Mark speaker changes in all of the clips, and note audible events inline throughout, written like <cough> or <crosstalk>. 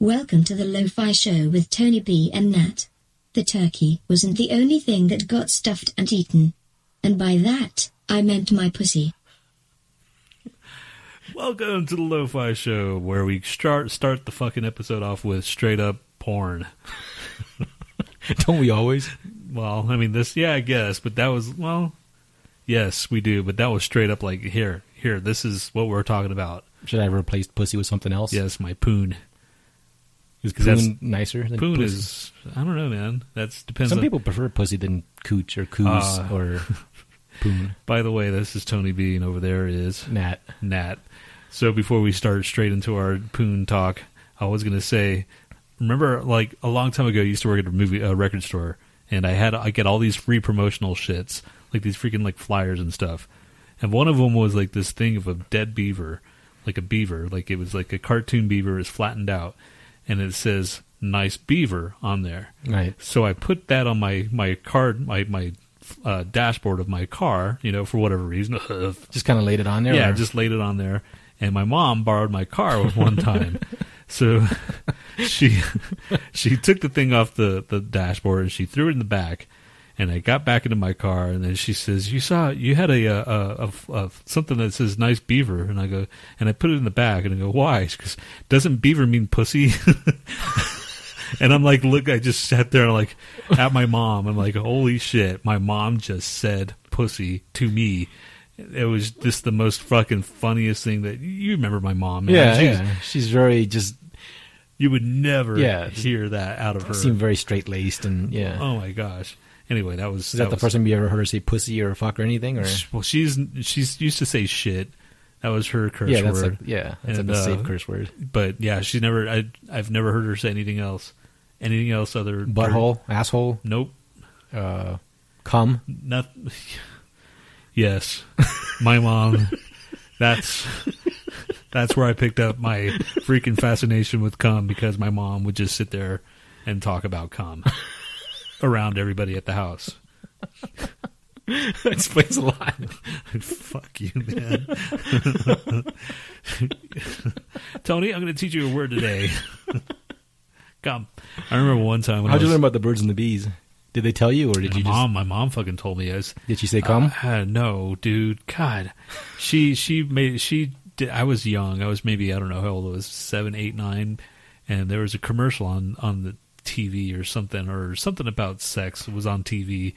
Speaker 1: Welcome to the Lo-Fi Show with Tony B and Nat. The turkey wasn't the only thing that got stuffed and eaten. And by that, I meant my pussy.
Speaker 2: Welcome to the Lo-Fi Show, where we start start the fucking episode off with straight up porn. <laughs>
Speaker 3: Don't we always?
Speaker 2: Well, I mean this, yeah, I guess, but that was well, yes, we do, but that was straight up like here, here, this is what we're talking about.
Speaker 3: Should I replace pussy with something else?
Speaker 2: Yes, my poon.
Speaker 3: Is
Speaker 2: 'Cause that's-
Speaker 3: coon nicer than
Speaker 2: Poon
Speaker 3: pussy?
Speaker 2: is, I don't know, man. That's depends.
Speaker 3: Some
Speaker 2: on,
Speaker 3: people prefer pussy than cooch or coos
Speaker 2: Uh,
Speaker 3: or poon.
Speaker 2: <laughs> By the way, this is Tony B, and over there is
Speaker 3: Nat.
Speaker 2: Nat. So before we start straight into our poon talk, I was gonna say, remember, like a long time ago, I used to work at a movie a record store, and I had I get all these free promotional shits, like these freaking like flyers and stuff. And one of them was like this thing of a dead beaver, like a beaver, like it was like a cartoon beaver is flattened out, and it says "nice beaver" on there.
Speaker 3: Right.
Speaker 2: So I put that on my my card my my uh, dashboard of my car, you know, for whatever reason. <laughs> uh,
Speaker 3: Just kind of laid it on there.
Speaker 2: yeah, I
Speaker 3: or-
Speaker 2: just laid it on there. And my mom borrowed my car <laughs> one time, so <laughs> she <laughs> she took the thing off the the dashboard and she threw it in the back. And I got back into my car, and then she says, "You saw you had a, uh, a, a, a something that says nice beaver," and I go, and I put it in the back, and I go, "Why?" She goes, "Doesn't beaver mean pussy?" <laughs> And I'm like, look, I just sat there and like at my mom. I'm like, holy shit, my mom just said pussy to me. It was just the most fucking funniest thing that you remember my mom. Man.
Speaker 3: yeah,
Speaker 2: She's-
Speaker 3: yeah. She's very just
Speaker 2: You would never
Speaker 3: Yeah.
Speaker 2: hear that out of her.
Speaker 3: seemed very straight laced and yeah.
Speaker 2: oh my gosh. Anyway, that was
Speaker 3: Is that, the
Speaker 2: was-
Speaker 3: first time you ever heard her say pussy or fuck or anything? Or
Speaker 2: Well, she's she's used to say shit. That was her curse
Speaker 3: yeah, that's
Speaker 2: word.
Speaker 3: like yeah, that's
Speaker 2: And,
Speaker 3: like a
Speaker 2: uh,
Speaker 3: safe curse word.
Speaker 2: But yeah, she's never. I I've never heard her say anything else. Anything else other
Speaker 3: Butthole, asshole,
Speaker 2: Nope.
Speaker 3: uh, cum.
Speaker 2: <laughs> Not, yes, my mom. That's that's where I picked up my freaking fascination with cum because my mom would just sit there and talk about cum around everybody at the house.
Speaker 3: that explains a lot.
Speaker 2: Fuck you, man. Tony, I'm going to teach you a word today. Cum. I remember one time when I
Speaker 3: How'd you
Speaker 2: was,
Speaker 3: learn about the birds and the bees? Did they tell you, or did
Speaker 2: my
Speaker 3: you
Speaker 2: mom. My mom fucking told me I was
Speaker 3: just did she say cum?
Speaker 2: Uh, no, dude. God, she she made she. Did, I was young. I was maybe I don't know how old I was, seven, eight, nine, and there was a commercial on on the TV or something or something about sex was on TV,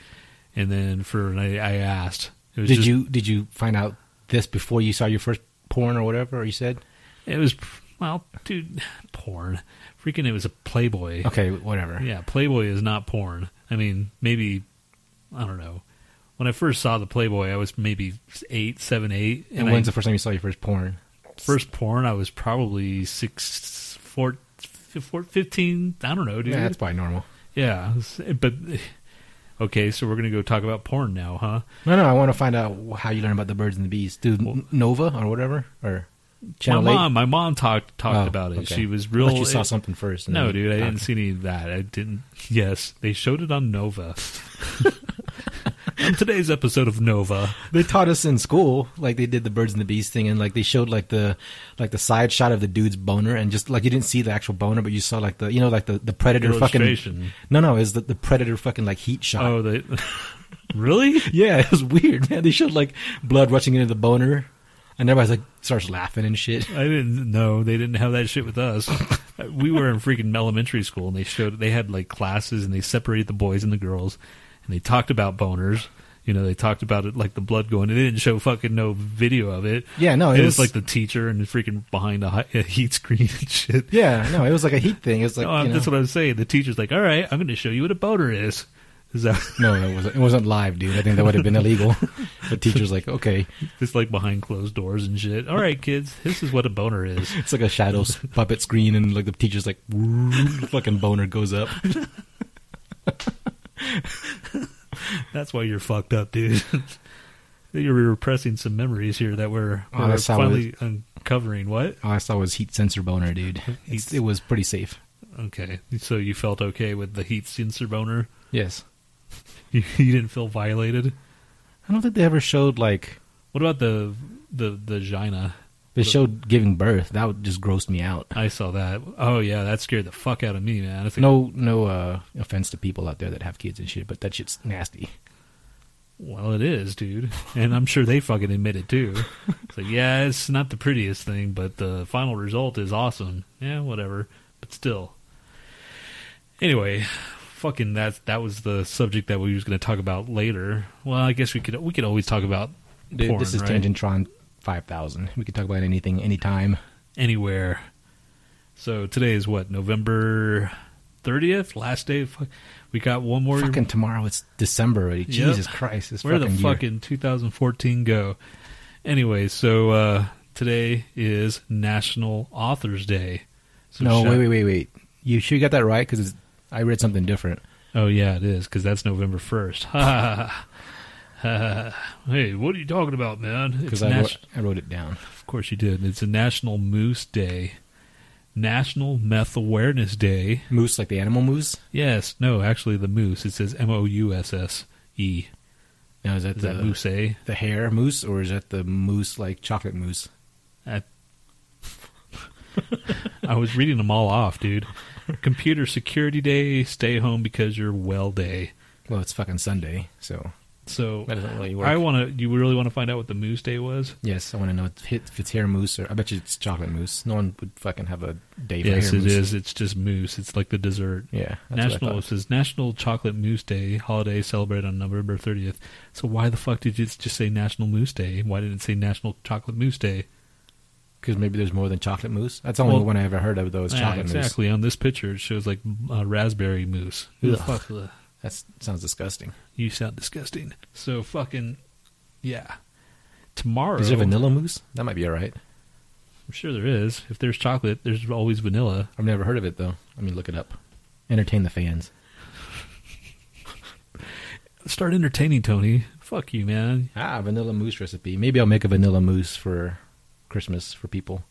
Speaker 2: and then for and I, I asked. It was
Speaker 3: did
Speaker 2: just-
Speaker 3: you did you find out this before you saw your first porn or whatever? Or you said
Speaker 2: It was well, dude, <sighs> porn. Freaking, it was a Playboy.
Speaker 3: okay, whatever.
Speaker 2: Yeah, Playboy is not porn. I mean, maybe I don't know. When I first saw the Playboy, I was maybe eight, seven, eight,
Speaker 3: And,
Speaker 2: I-
Speaker 3: when's the first time you saw your first porn?
Speaker 2: first porn I was probably six, four, f- four 15. I don't know, dude.
Speaker 3: Yeah,
Speaker 2: Yeah,
Speaker 3: that's probably normal.
Speaker 2: but okay, so we're gonna go talk about porn now, huh?
Speaker 3: No, no, I want to find out how you learn about the birds and the bees through Nova or whatever or Channel
Speaker 2: my
Speaker 3: 8?
Speaker 2: mom, my mom talked talked
Speaker 3: Oh,
Speaker 2: about it.
Speaker 3: okay.
Speaker 2: She was real.
Speaker 3: Unless you saw
Speaker 2: it-
Speaker 3: something first. and
Speaker 2: No,
Speaker 3: then-
Speaker 2: dude, I
Speaker 3: okay.
Speaker 2: didn't see any of that. I didn't. <laughs> Yes, they showed it on Nova. <laughs> on today's episode of Nova,
Speaker 3: They taught us in school, like they did the birds and the bees thing, and like they showed like the like the side shot of the dude's boner, and just like you didn't see the actual boner, but you saw like the you know like the the predator fucking.
Speaker 2: illustration.
Speaker 3: No, no, is the the predator fucking like heat shot.
Speaker 2: Oh, they <laughs> really?
Speaker 3: Yeah, it was weird, man. They showed like blood rushing into the boner, and everybody's like starts laughing and shit.
Speaker 2: I didn't know they didn't have that shit with us. we were in freaking elementary school, and they showed they had like classes, and they separated the boys and the girls, and they talked about boners. You know, they talked about it like the blood going. They didn't show fucking no video of it.
Speaker 3: Yeah, no,
Speaker 2: it,
Speaker 3: it
Speaker 2: was,
Speaker 3: was-
Speaker 2: like the teacher and freaking behind a, hi- a heat screen and shit.
Speaker 3: Yeah, no, it was like a heat thing. It was like
Speaker 2: No,
Speaker 3: you know,
Speaker 2: that's what I was saying. The teacher's like, "All right, I'm going to show you what a boner is." Is that <laughs>
Speaker 3: no, it wasn't. It wasn't live, dude. I think that would have been illegal. the teacher's like, okay,
Speaker 2: it's like behind closed doors and shit? All right, kids, this is what a boner is.
Speaker 3: it's like a shadow s- puppet screen, and like the teacher's like, <laughs> "Woo," fucking boner goes up.
Speaker 2: That's why you're fucked up, dude. <laughs> you're repressing some memories here that we're,
Speaker 3: Oh,
Speaker 2: we're
Speaker 3: that's how it
Speaker 2: finally uncovering. What?
Speaker 3: All I saw was heat sensor boner, dude. It's, it was pretty safe.
Speaker 2: Okay, so you felt okay with the heat sensor boner? <laughs>
Speaker 3: Yes,
Speaker 2: You, you didn't feel violated?
Speaker 3: I don't think they ever showed like
Speaker 2: What about the the the vagina?
Speaker 3: They showed giving birth. That would just grossed me out.
Speaker 2: I saw that. Oh yeah, that scared the fuck out of me, man. It's like,
Speaker 3: No, no uh, offense to people out there that have kids and shit, but that shit's nasty.
Speaker 2: Well, it is, dude, and I'm sure they fucking admit it too. It's like, yeah, it's not the prettiest thing, but the final result is awesome. Yeah, whatever, but still. Anyway, fucking that that was the subject that we was going to talk about later. Well, I guess we could we could always talk about
Speaker 3: Dude,
Speaker 2: porn,
Speaker 3: this is
Speaker 2: right?
Speaker 3: Tangentron five thousand. We could talk about anything, anytime.
Speaker 2: anywhere. So today is what November thirtieth, last day. Of, fuck- we got one more.
Speaker 3: fucking tomorrow, it's December already.
Speaker 2: Yep.
Speaker 3: Jesus Christ, this
Speaker 2: Where the
Speaker 3: fucking year.
Speaker 2: fucking 2014 go? Anyway, so uh, today is National Authors Day. So
Speaker 3: No,
Speaker 2: shout-
Speaker 3: wait, wait, wait, wait. You sure you got that right? Because I read something different.
Speaker 2: Oh yeah, it is because that's November first. <laughs> Ha ha ha. hey, what are you talking about, man? It's
Speaker 3: Because I,
Speaker 2: nas-
Speaker 3: wrote- I wrote it down.
Speaker 2: of course you did. It's a National Moose Day, National Meth Awareness Day.
Speaker 3: Moose, like the animal moose.
Speaker 2: Yes, no, actually the moose. It says M O U S S E.
Speaker 3: Now is that
Speaker 2: Is
Speaker 3: the
Speaker 2: that moose A?
Speaker 3: the hair moose, or is that the moose like chocolate moose?
Speaker 2: I was reading them all off, dude. Computer Security Day, Stay Home Because You're Well Day.
Speaker 3: Well, it's fucking Sunday, so
Speaker 2: So
Speaker 3: that doesn't really work.
Speaker 2: I want to. You really want to find out what the Moose Day was?
Speaker 3: yes, I want to know if it- if it's hair moose or I bet you it's chocolate moose. No one would fucking have a day for
Speaker 2: yes,
Speaker 3: hair
Speaker 2: it
Speaker 3: moose.
Speaker 2: is. It's just moose. It's like the dessert.
Speaker 3: Yeah, that's what I
Speaker 2: National it
Speaker 3: thought.
Speaker 2: says National Chocolate Moose Day holiday celebrated on November 30th. So why the fuck did you just say National Moose Day? Why didn't it say National Chocolate Moose Day?
Speaker 3: Because maybe there's more than chocolate mousse. That's the only
Speaker 2: Well-
Speaker 3: one I ever heard of. Though is
Speaker 2: Yeah,
Speaker 3: chocolate mousse.
Speaker 2: exactly. On this picture, it shows like uh, raspberry mousse. Who the
Speaker 3: Ugh.
Speaker 2: fuck? ugh.
Speaker 3: That sounds disgusting.
Speaker 2: You sound disgusting. So fucking, yeah. Tomorrow,
Speaker 3: Is there vanilla mousse? That might be all right.
Speaker 2: I'm sure there is. If there's chocolate, there's always vanilla.
Speaker 3: I've never heard of it though. Let me look it up. Entertain the fans.
Speaker 2: Start entertaining Tony. Fuck you, man.
Speaker 3: Ah, vanilla mousse recipe. Maybe I'll make a vanilla mousse for Christmas for people,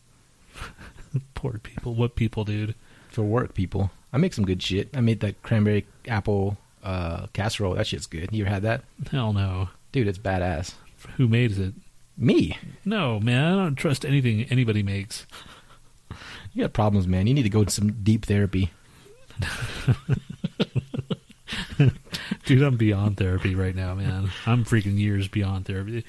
Speaker 2: Poor people. What people, dude?
Speaker 3: for work people. I make some good shit. I made that cranberry apple uh, casserole. That shit's good. You ever had that,
Speaker 2: Hell no.
Speaker 3: dude? It's badass.
Speaker 2: Who made it?
Speaker 3: Me.
Speaker 2: No, man. I don't trust anything anybody makes.
Speaker 3: You got problems, man. You need to go to some deep therapy.
Speaker 2: Dude, I'm beyond therapy right now, man. I'm freaking years beyond therapy.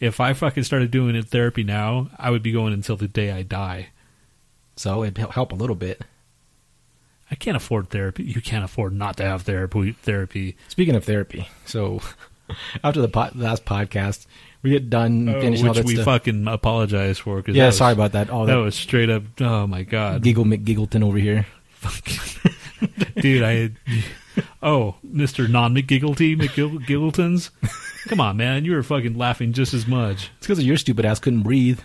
Speaker 2: If I fucking started doing it therapy now, I would be going until the day I die.
Speaker 3: So it'd hel- help a little bit.
Speaker 2: I can't afford therapy. You can't afford not to have therapy. Therapy.
Speaker 3: Speaking of therapy, so <laughs> after the po- last podcast, we get done finishing all
Speaker 2: Oh, which
Speaker 3: that
Speaker 2: we
Speaker 3: stuff.
Speaker 2: fucking apologize for. Cause
Speaker 3: yeah,
Speaker 2: that was-
Speaker 3: sorry about that. All
Speaker 2: that
Speaker 3: that,
Speaker 2: was straight up. Oh my god,
Speaker 3: giggle McGiggleton over here.
Speaker 2: dude! I had, oh, Mister Non McGigglety McGiggletons. Come on, man! You were fucking laughing just as much.
Speaker 3: It's because your stupid ass couldn't breathe.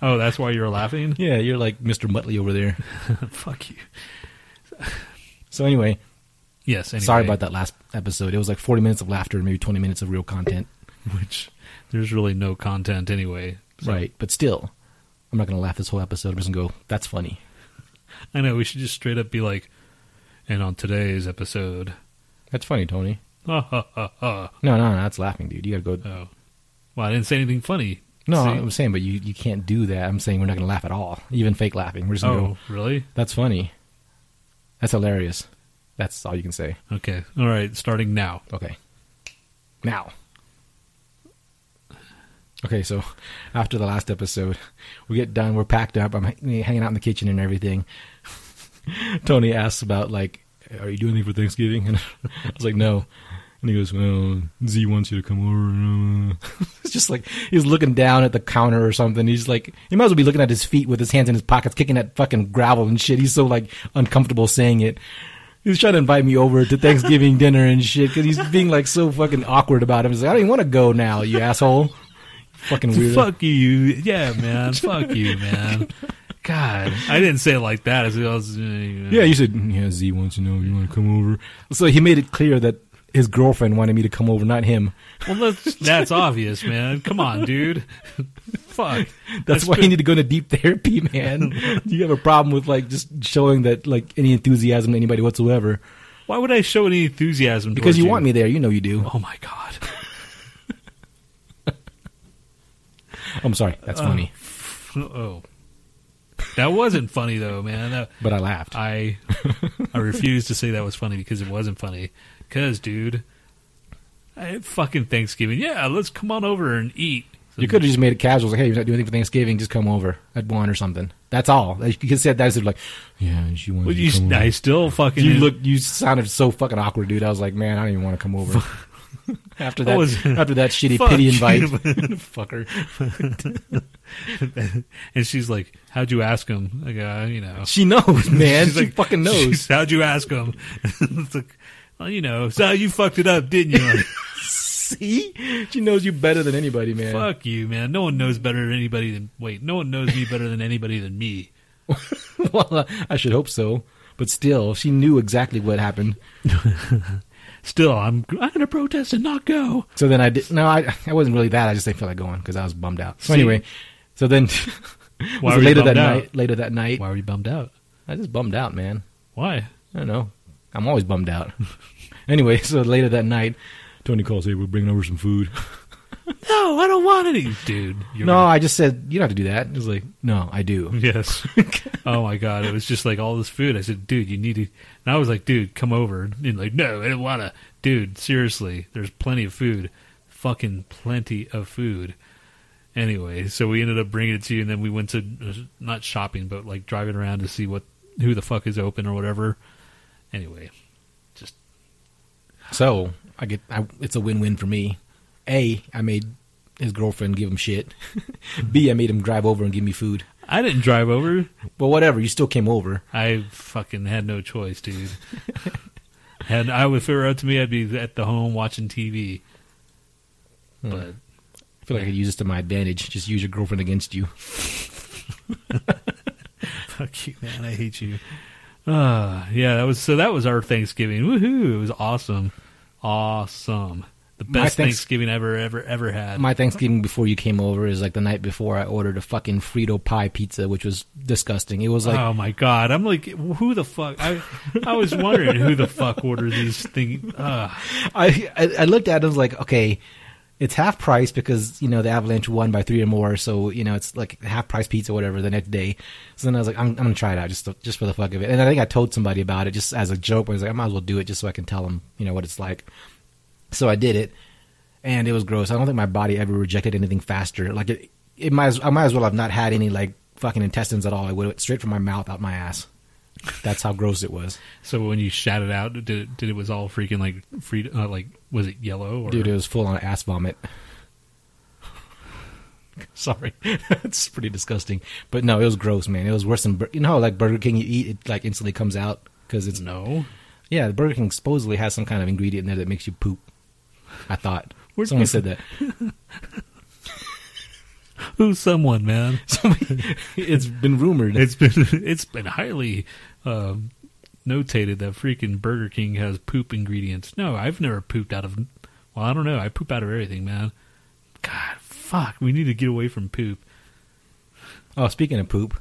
Speaker 2: Oh, that's why you're laughing. <laughs>
Speaker 3: Yeah, you're like Mr. Muttley over there.
Speaker 2: Fuck you.
Speaker 3: So anyway,
Speaker 2: Yes. Anyway,
Speaker 3: sorry about that last episode. It was like 40 minutes of laughter and maybe 20 minutes of real content.
Speaker 2: Which there's really no content anyway. So-
Speaker 3: Right, but still, I'm not going to laugh this whole episode. I'm just going to go, that's funny.
Speaker 2: I know we should just straight up be like, and on today's episode.
Speaker 3: That's funny, Tony.
Speaker 2: Ha ha ha ha.
Speaker 3: No, no, no, that's laughing, dude. You got to go.
Speaker 2: Oh. Well, I didn't say anything funny.
Speaker 3: No,
Speaker 2: See?
Speaker 3: I'm saying, but you, you can't do that. I'm saying we're not going to laugh at all, even fake laughing. We're just going to go,
Speaker 2: Oh, really?
Speaker 3: That's funny. That's hilarious. That's all you can say.
Speaker 2: Okay. All right. Starting now.
Speaker 3: Okay. Now. Okay, so after the last episode, we get done. We're packed up. I'm h- hanging out in the kitchen and everything. Tony asks about like, "Are you doing anything for Thanksgiving?" <laughs> And I was like, "No." And he goes, "Well, Z wants you to come over." <laughs> it's just like he's looking down at the counter or something. He's like, he might as well be looking at his feet with his hands in his pockets, kicking at fucking gravel and shit. He's so like uncomfortable saying it. He's trying to invite me over to Thanksgiving <laughs> dinner and shit because he's being like so fucking awkward about it. He's like, I don't even want to go now, you asshole. Fucking weirdo.
Speaker 2: Fuck you. Yeah,
Speaker 3: <laughs>
Speaker 2: man. Fuck you, man. God. I didn't say it like that. As well as,
Speaker 3: Yeah, you said, "Mm, yeah, Z wants to know if you want to come over. So he made it clear that his girlfriend wanted me to come over, not him.
Speaker 2: Well, that's, that's obvious, man. Come on,
Speaker 3: <laughs>
Speaker 2: dude. Fuck.
Speaker 3: That's why you need to go into deep <laughs> therapy, <laughs> man. you have a problem with like just showing that like any enthusiasm to anybody whatsoever
Speaker 2: Why would I show any enthusiasm?
Speaker 3: because
Speaker 2: towards
Speaker 3: you want me there. You know you do.
Speaker 2: Oh my god.
Speaker 3: Oh. Uh, I'm sorry. That's funny.
Speaker 2: oh, that wasn't funny though, man. That,
Speaker 3: But I laughed.
Speaker 2: I I refuse to say that was funny because it wasn't funny. Cause, dude, I, fucking Thanksgiving. Yeah, let's come on over and eat.
Speaker 3: you could have just made it casual. Like, hey, you're not doing anything for Thanksgiving. Just come over at one or something. That's all. Like, you could have said that. Instead of like, yeah, and she wanted
Speaker 2: Well,
Speaker 3: you to come
Speaker 2: you,
Speaker 3: over.
Speaker 2: I still fucking.
Speaker 3: You look. You sounded so fucking awkward, dude. I was like, man, I don't even want to come over. <laughs> after that, <laughs>
Speaker 2: was-
Speaker 3: after that shitty
Speaker 2: Fuck
Speaker 3: pity
Speaker 2: you. <laughs>
Speaker 3: invite, fucker.
Speaker 2: and she's like, "How'd you ask him?" Like, uh, you know,
Speaker 3: She knows, <laughs> man.
Speaker 2: She's
Speaker 3: she
Speaker 2: like,
Speaker 3: fucking knows.
Speaker 2: she's, How'd you ask him? <laughs> It's like, well, you know, so you fucked it up, didn't
Speaker 3: <laughs>
Speaker 2: you?
Speaker 3: See, she knows you better than anybody, man.
Speaker 2: Fuck you, man. No one knows better than anybody than wait. No one knows me better than anybody than me.
Speaker 3: <laughs> well, uh, I should hope so. But still, she knew exactly what happened.
Speaker 2: Still, I'm I'm gonna protest and not go.
Speaker 3: So then I did. No, I, I wasn't really that. I just didn't feel like going because I was bummed out. So
Speaker 2: See?
Speaker 3: anyway, so then <laughs>
Speaker 2: Why were
Speaker 3: so
Speaker 2: you
Speaker 3: later
Speaker 2: bummed
Speaker 3: that
Speaker 2: out?
Speaker 3: night, later that night,
Speaker 2: Why were you bummed out?
Speaker 3: I just bummed out, man.
Speaker 2: Why?
Speaker 3: I don't know. I'm always bummed out. <laughs> anyway, <laughs> so later that night, Tony calls, "Hey, we're bringing over some food."
Speaker 2: No, I don't want any, dude. You're
Speaker 3: no, I just said you don't have to do that. It was like, no, I do.
Speaker 2: Yes. oh my god, it was just like all this food. I said, dude, you need to. And I was like, dude, come over. And like, no, I don't wanna. Dude, seriously, there's plenty of food. Fucking plenty of food. Anyway, so we ended up bringing it to you, and then we went to uh, not shopping, but like driving around to see what who the fuck is open or whatever. Anyway,
Speaker 3: So I get. I, it's a win-win for me. A, I made his girlfriend give him shit. <laughs> B, I made him drive over and give me food.
Speaker 2: I didn't drive over.
Speaker 3: But whatever, you still came over.
Speaker 2: I fucking had no choice, dude. and I would, if it were up to me, I'd be at the home watching TV. But
Speaker 3: I feel like I could use this to my advantage. Just use your girlfriend against you.
Speaker 2: <laughs> Fuck you, man. I hate you. Uh, yeah, that was so. That was our Thanksgiving. Woohoo! It was awesome, awesome. The
Speaker 3: My
Speaker 2: best
Speaker 3: thanks-
Speaker 2: Thanksgiving I ever, ever, ever had.
Speaker 3: My Thanksgiving before you came over is like the night before I ordered a fucking Frito pie pizza, which was disgusting. It was like
Speaker 2: oh my god! I'm like, who the fuck? I, I was wondering who the fuck ordered these things. Uh,
Speaker 3: I, I I looked at it and was like, okay, it's half price because you know the Avalanche won by three or more, so you know it's like half price pizza or whatever the next day. So then I was like, I'm, I'm gonna try it out just to, just for the fuck of it. And I think I told somebody about it just as a joke. I was like, I might as well do it just so I can tell them you know what it's like. So I did it, and it was gross. I don't think my body ever rejected anything faster. Like it, it might as, I might as well have not had any like fucking intestines at all. It went straight from my mouth out my ass. That's how gross it was.
Speaker 2: so when you shouted out, did it, did it was all freaking like free? Uh, like was it yellow? Or,
Speaker 3: Dude, it was full on ass vomit. <laughs> Sorry, <laughs> that's pretty disgusting. But no, it was gross, man. It was worse than Bur- you know, how, like Burger King. You eat it like instantly comes out because it's
Speaker 2: no.
Speaker 3: yeah. the Burger King supposedly has some kind of ingredient in there that makes you poop. I thought
Speaker 2: Where'd
Speaker 3: someone
Speaker 2: you-
Speaker 3: said that. <laughs>
Speaker 2: Who's someone, man?
Speaker 3: Somebody, <laughs> it's been rumored.
Speaker 2: It's been <laughs> it's been highly um, notated that freaking Burger King has poop ingredients. No, I've never pooped out of. Well, I don't know. I poop out of everything, man. God, fuck. We need to get away from poop.
Speaker 3: oh, speaking of poop,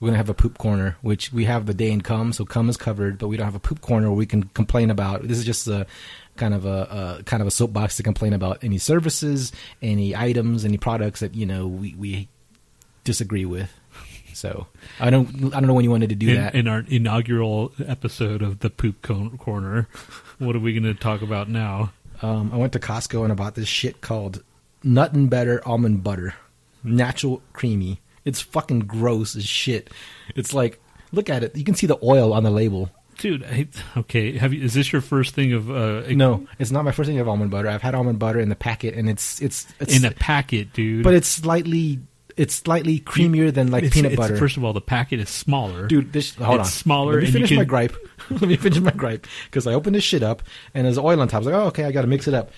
Speaker 3: we're gonna have a poop corner, which we have the day in cum, so cum is covered, but we don't have a poop corner where we can complain about. This is just a kind of a, a kind of a soapbox to complain about any services, any items, any products that you know we, we disagree with. So I don't I don't know when you wanted to do
Speaker 2: In,
Speaker 3: that.
Speaker 2: in our inaugural episode of the Poop Con- Corner, what are we going to talk about now?
Speaker 3: um, I went to Costco and I bought this shit called Nuttin' Better Almond Butter, natural creamy. It's fucking gross as shit. It's like look at it. You can see the oil on the label.
Speaker 2: Dude, I, okay. Have you, is this your first thing of uh,
Speaker 3: No, it's not my first thing of almond butter. I've had almond butter in the packet, and it's it's, it's
Speaker 2: in a packet, dude?
Speaker 3: but it's slightly it's slightly creamier than like
Speaker 2: It's-
Speaker 3: peanut
Speaker 2: it's-
Speaker 3: butter.
Speaker 2: First of all, the packet is smaller,
Speaker 3: Dude, this hold
Speaker 2: it's
Speaker 3: on.
Speaker 2: smaller
Speaker 3: Let me
Speaker 2: and you
Speaker 3: finish my
Speaker 2: can-
Speaker 3: gripe. <laughs> Let me finish my gripe because I opened this shit up and there's oil on top. I was like, oh okay, I got to mix it up.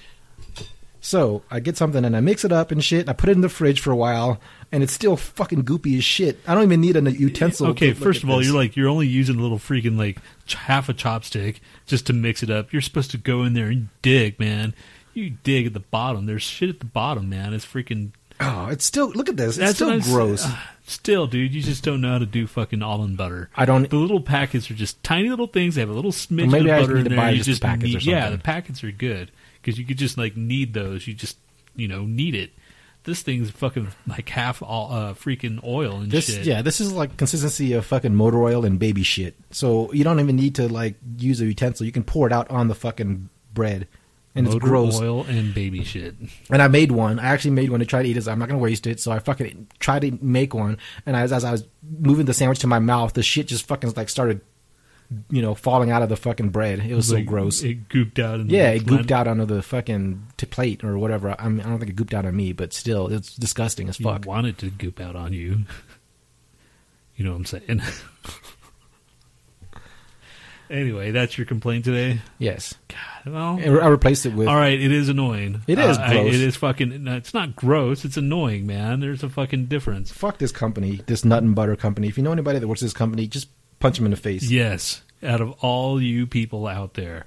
Speaker 3: So I get something and I mix it up and shit. And I put it in the fridge for a while, and it's still fucking goopy as shit. I don't even need an utensil.
Speaker 2: Okay,
Speaker 3: to look
Speaker 2: first
Speaker 3: at
Speaker 2: of all,
Speaker 3: this.
Speaker 2: you're like you're only using a little freaking like ch- half a chopstick just to mix it up. You're supposed to go in there and dig, man. You dig at the bottom. There's shit at the bottom, man. It's freaking.
Speaker 3: oh, it's still look at this. It's
Speaker 2: what
Speaker 3: still
Speaker 2: I'm s-
Speaker 3: gross.
Speaker 2: ah, still, dude, you just don't know how to do fucking almond butter.
Speaker 3: I don't-
Speaker 2: The little packets are just tiny little things. They have a little smidge
Speaker 3: maybe I
Speaker 2: of
Speaker 3: just
Speaker 2: butter
Speaker 3: need
Speaker 2: in
Speaker 3: to
Speaker 2: there.
Speaker 3: buy
Speaker 2: you
Speaker 3: just the packets or
Speaker 2: need, yeah, the
Speaker 3: something.
Speaker 2: packets are good because you could just like knead those. You just you know knead it. This thing's fucking like half all, uh, freaking oil and
Speaker 3: This
Speaker 2: shit.
Speaker 3: yeah, this is like consistency of fucking motor oil and baby shit. So you don't even need to like use a utensil. You can pour it out on the fucking bread, and
Speaker 2: Motor
Speaker 3: it's gross.
Speaker 2: oil and baby shit.
Speaker 3: And I made one. I actually made one to try to eat it. so I'm not gonna waste it. So I fucking tried to make one, and as, as I was moving the sandwich to my mouth, the shit just fucking like started, you know, falling out of the fucking bread. It was
Speaker 2: Like,
Speaker 3: so gross.
Speaker 2: It gooped out. In
Speaker 3: yeah,
Speaker 2: the
Speaker 3: it gooped out onto the fucking t- plate or whatever. I, mean, I don't think it gooped out on me, but still, it's disgusting as
Speaker 2: You
Speaker 3: fuck.
Speaker 2: wanted to goop out on you. <laughs> You know what I'm saying? <laughs> anyway, that's your complaint today.
Speaker 3: Yes,
Speaker 2: God, well,
Speaker 3: I I replaced it with.
Speaker 2: all right. It is annoying. Uh,
Speaker 3: It is
Speaker 2: I-
Speaker 3: gross.
Speaker 2: it is fucking. no, It's not gross. It's annoying, man. There's a fucking difference.
Speaker 3: fuck this company, this nut and butter company. If you know anybody that works at this company, just punch them in the face.
Speaker 2: Yes, out of all you people out there,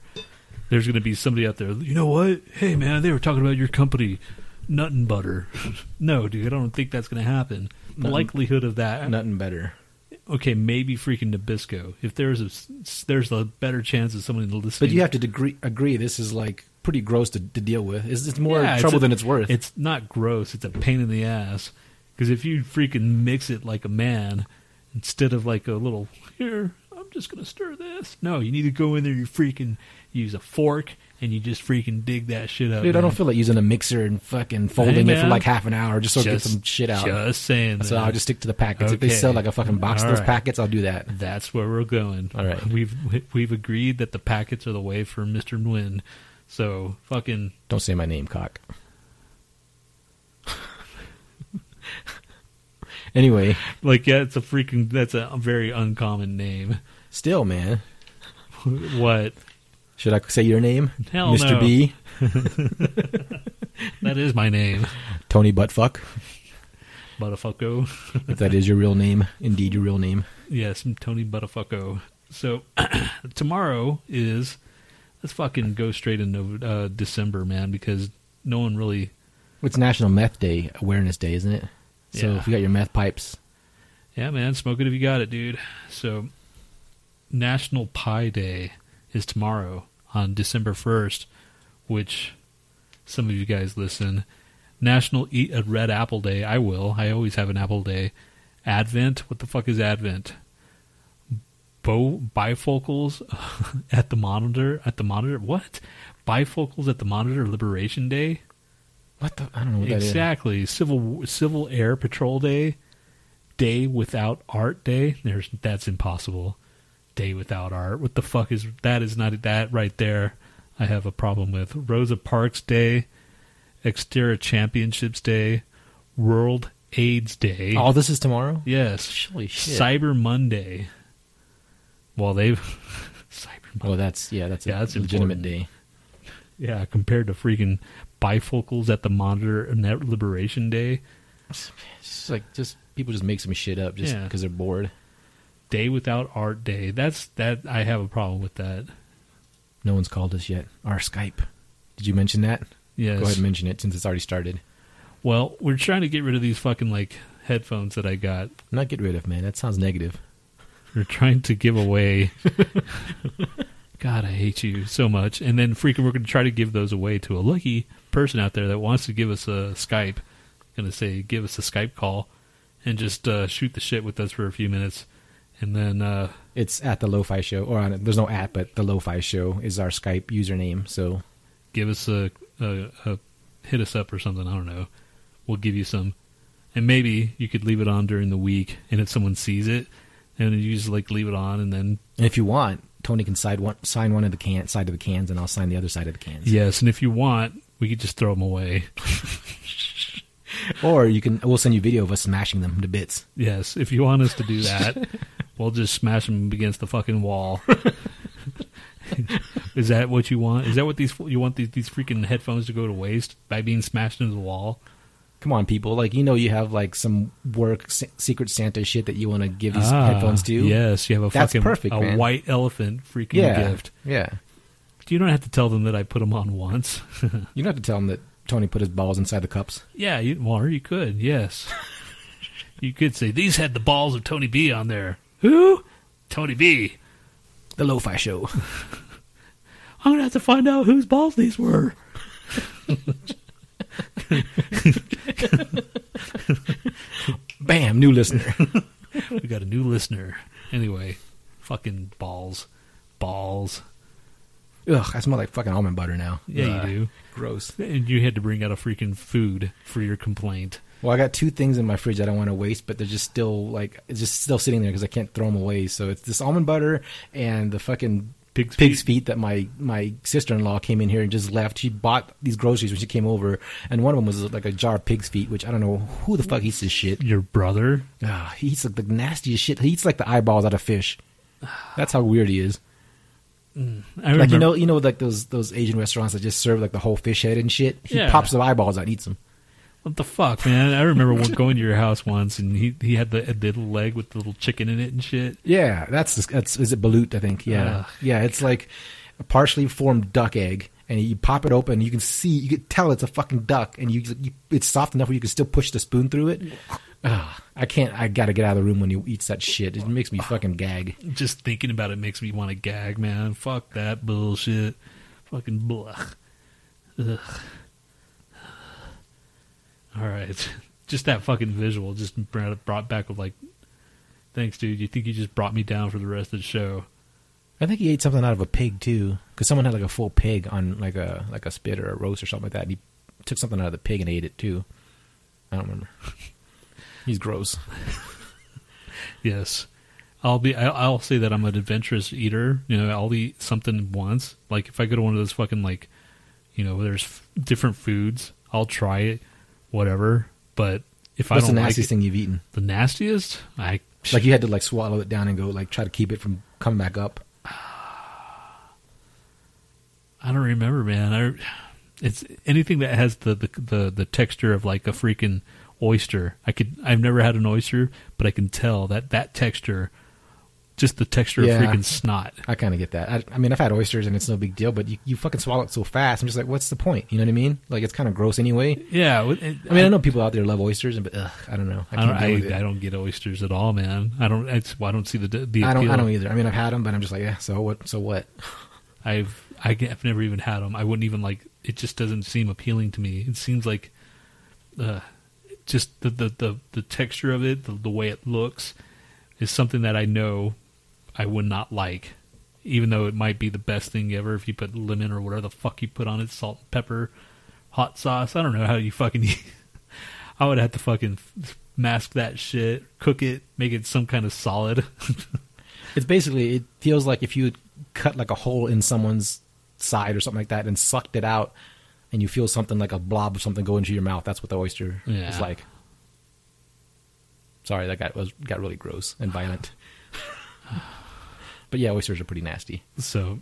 Speaker 2: there's going to be somebody out there. You know what? Hey, man, they were talking about your company, Nut and Butter. <laughs> no, dude, I don't think that's going to happen. The
Speaker 3: Nut and-
Speaker 2: likelihood of that,
Speaker 3: Nothing better.
Speaker 2: okay, maybe freaking Nabisco. If there's a s- there's a better chance of somebody listening.
Speaker 3: But you have to degree, agree this is like pretty gross to, to deal with. It's, it's more
Speaker 2: Yeah, it's
Speaker 3: trouble
Speaker 2: a-
Speaker 3: than it's worth.
Speaker 2: It's not gross. It's a pain in the ass. Because if you freaking mix it like a man, instead of like a little here, I'm just gonna stir this. No, you need to go in there. You freaking use a fork and you just freaking dig that shit up.
Speaker 3: Dude, I
Speaker 2: man.
Speaker 3: don't feel like using a mixer and fucking folding it for
Speaker 2: man.
Speaker 3: like half an hour just so I get
Speaker 2: Just-
Speaker 3: some shit out.
Speaker 2: Just saying.
Speaker 3: so
Speaker 2: man.
Speaker 3: I'll just stick to the packets. If they
Speaker 2: Okay.
Speaker 3: sell like a fucking box
Speaker 2: All
Speaker 3: of those
Speaker 2: right.
Speaker 3: packets, I'll do that.
Speaker 2: That's where we're going.
Speaker 3: All right.
Speaker 2: We've we- we've agreed that the packets are the way for Mister Nguyen. So fucking
Speaker 3: Don't say my name, cock. <laughs> anyway,
Speaker 2: like yeah, it's a freaking that's a very uncommon name. <laughs>
Speaker 3: still, man.
Speaker 2: what?
Speaker 3: Should I say your name?
Speaker 2: Hell
Speaker 3: Mr.
Speaker 2: no.
Speaker 3: B?
Speaker 2: That is my name.
Speaker 3: Tony Buttfuck?
Speaker 2: Butterfucko. <laughs>
Speaker 3: if that is your real name, indeed your real name.
Speaker 2: Yes, I'm Tony Butterfucko. So <clears throat> tomorrow is let's fucking go straight into uh, December, man, because no one really.
Speaker 3: It's National Meth Day Awareness Day, isn't it? So
Speaker 2: Yeah.
Speaker 3: if you got your meth pipes,
Speaker 2: Yeah, man, smoke it if you got it, dude. So National Pie Day is tomorrow on December first, which some of you guys listen. National Eat a Red Apple Day. I will. I always have an apple day. Advent. What the fuck is Advent? Bo- bifocals <laughs> at the monitor. At the monitor. What? Bifocals at the monitor. Liberation Day.
Speaker 3: what the? I don't know what that
Speaker 2: Exactly. Civil Civil Air Patrol Day, Day Without Art Day. There's that's impossible. Day Without Art. What the fuck is that? Is not that right there? I have a problem with Rosa Parks Day, Exterior Championships Day, World AIDS Day.
Speaker 3: is. All this is tomorrow.
Speaker 2: yes,
Speaker 3: Oh. Holy
Speaker 2: Cyber Monday. Well, they've <laughs> Cyber Monday.
Speaker 3: Well, Oh, that's yeah, that's
Speaker 2: Yeah,
Speaker 3: a
Speaker 2: that's
Speaker 3: legitimate
Speaker 2: important.
Speaker 3: day.
Speaker 2: Yeah, compared to freaking bifocals at the monitor and that Liberation Day.
Speaker 3: It's just like just people just make some shit up just
Speaker 2: Yeah.
Speaker 3: because they're bored.
Speaker 2: Day without art day. That's that I have a problem with that.
Speaker 3: No one's called us yet. Our Skype. Did you mention that?
Speaker 2: Yes.
Speaker 3: Go ahead and mention it since it's already started.
Speaker 2: well, we're trying to get rid of these fucking like headphones that I got.
Speaker 3: Not get rid of, man. That sounds negative.
Speaker 2: We're trying to give away. God, I hate you so much. And then freaking we're going to try to give those away to a lucky person out there that wants to give us a Skype. Going to say give us a Skype call and just uh, shoot the shit with us for a few minutes. And then uh
Speaker 3: It's at the Lo-Fi Show, or on it. There's no at, but the Lo-Fi Show is our Skype username. So
Speaker 2: give us a, a, a hit us up or something. I don't know. We'll give you some, and maybe you could leave it on during the week. And if someone sees it, and you just like leave it on, and then
Speaker 3: And if you want, Tony can side one, sign one of the can, side of the cans, and I'll sign the other side of the cans.
Speaker 2: yes, and if you want, we could just throw them away.
Speaker 3: Or you can, we'll send you video of us smashing them to bits.
Speaker 2: Yes, if you want us to do
Speaker 3: <laughs>
Speaker 2: that, we'll just smash them against the fucking wall. <laughs> Is that what you want? Is that what these you want these these freaking headphones to go to waste by being smashed into the wall?
Speaker 3: Come on, people! Like you know, you have like some work se- secret Santa shit that you want to give these
Speaker 2: Ah,
Speaker 3: headphones to.
Speaker 2: Yes, you have a
Speaker 3: That's
Speaker 2: fucking
Speaker 3: perfect,
Speaker 2: a
Speaker 3: man.
Speaker 2: white elephant freaking
Speaker 3: yeah,
Speaker 2: gift.
Speaker 3: yeah.
Speaker 2: You don't have to tell them that I put them on once. <laughs>
Speaker 3: You don't have to tell them that Tony put his balls inside the cups.
Speaker 2: yeah, you, well, you could, yes. you could say, these had the balls of Tony B on there. Who? Tony B.
Speaker 3: The Lo-Fi Show. <laughs>
Speaker 2: I'm going to have to find out whose balls these were.
Speaker 3: Damn,
Speaker 2: <laughs>
Speaker 3: new listener.
Speaker 2: we got a new listener. Anyway, fucking balls, balls.
Speaker 3: Ugh, I smell like fucking almond butter now.
Speaker 2: Yeah,
Speaker 3: Ugh,
Speaker 2: you do.
Speaker 3: Gross.
Speaker 2: And you had to bring out a freaking food for your complaint.
Speaker 3: Well, I got two things in my fridge I don't want to waste, but they're just still like it's just still sitting there because I can't throw them away. So it's this almond butter and the fucking
Speaker 2: Pig's
Speaker 3: pig's
Speaker 2: feet.
Speaker 3: feet that my my sister in law came in here and just left. She bought these groceries when she came over, and one of them was like a jar of pig's feet, which I don't know who the fuck eats this shit.
Speaker 2: Your brother?
Speaker 3: Ah, he eats like the nastiest shit. He eats like the eyeballs out of fish. That's how weird he is.
Speaker 2: I remember.
Speaker 3: Like you know, you know, like those those Asian restaurants that just serve like the whole fish head and shit. He
Speaker 2: Yeah.
Speaker 3: pops the eyeballs out, and eats them.
Speaker 2: what the fuck, man? I remember one, going to your house once, and he he had the, the little leg with the little chicken in it and shit.
Speaker 3: Yeah, that's that's is it balut? I think. Yeah,
Speaker 2: Ugh.
Speaker 3: yeah. It's like a partially formed duck egg, and you pop it open. You can see, you can tell it's a fucking duck, and you, you it's soft enough where you can still push the spoon through it. Ugh, I can't. I gotta get out of the room when he eats that shit. It makes me fucking gag.
Speaker 2: Just thinking about it makes me want to gag, man. Fuck that bullshit. Fucking blah. Ugh. All right, <laughs> just that fucking visual just brought brought back with like, thanks, dude. You think you just brought me down for the rest of the show?
Speaker 3: I think he ate something out of a pig too, because someone had like a full pig on like a like a spit or a roast or something like that. And he took something out of the pig and ate it too. I don't <laughs> remember. He's gross.
Speaker 2: Yes. I'll be. I- I'll say that I'm an adventurous eater. You know, I'll eat something once. Like if I go to one of those fucking like, you know, there's f- different foods. I'll try it, whatever. But if I
Speaker 3: What's the
Speaker 2: don't like
Speaker 3: nastiest
Speaker 2: it,
Speaker 3: thing you've eaten?
Speaker 2: the nastiest, I
Speaker 3: Like you had to like swallow it down and go like try to keep it from coming back up.
Speaker 2: I don't remember, man. I it's anything that has the, the the the texture of like a freaking oyster. I could. I've never had an oyster, but I can tell that that texture, just the texture
Speaker 3: Yeah.
Speaker 2: of freaking snot.
Speaker 3: I kind of get that. I, I mean, I've had oysters and it's no big deal, but you, you fucking swallow it so fast. I'm just like, what's the point? You know what I mean? Like it's kind of gross anyway.
Speaker 2: Yeah. I
Speaker 3: I mean, I know people out there love oysters, but ugh, I don't know. I
Speaker 2: I
Speaker 3: can't
Speaker 2: don't,
Speaker 3: deal with it.
Speaker 2: I, I don't get oysters at all, man. I don't. It's, well, I don't see the the appeal.
Speaker 3: I don't. I don't either. I mean, I've had them, but I'm just like, yeah. So what? So what?
Speaker 2: I've I g- I've never even had them. I wouldn't even like. It just doesn't seem appealing to me. It seems like, uh, just the the the, the texture of it, the, the way it looks, is something that I know I would not like. Even though it might be the best thing ever if you put lemon or whatever the fuck you put on it, salt, and pepper, hot sauce. I don't know how you fucking. <laughs> Eat. I would have to fucking mask that shit, cook it, make it some kind of solid. <laughs>
Speaker 3: It's basically it feels like if you had cut like a hole in someone's side or something like that and sucked it out, and you feel something like a blob of something go into your mouth. That's what the oyster
Speaker 2: Yeah.
Speaker 3: is like. Sorry, that got was got really gross and violent. but yeah, oysters are pretty nasty.
Speaker 2: So,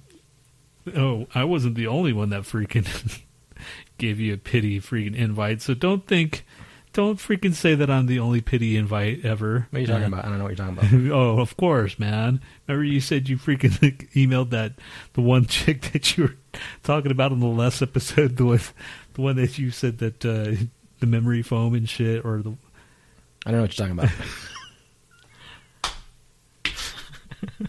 Speaker 2: oh, I wasn't the only one that freaking <laughs> gave you a pity freaking invite. So don't think, don't freaking say that I'm the only pity invite ever.
Speaker 3: What are you talking
Speaker 2: Uh,
Speaker 3: about? I don't know what you're talking
Speaker 2: <laughs>
Speaker 3: about.
Speaker 2: Oh, of course, man. Remember you said you freaking <laughs> like, emailed that the one <laughs> chick that you were talking about on the last episode, the one, the one that you said that uh, the memory foam and shit, or the
Speaker 3: I don't know what you're <laughs> talking about.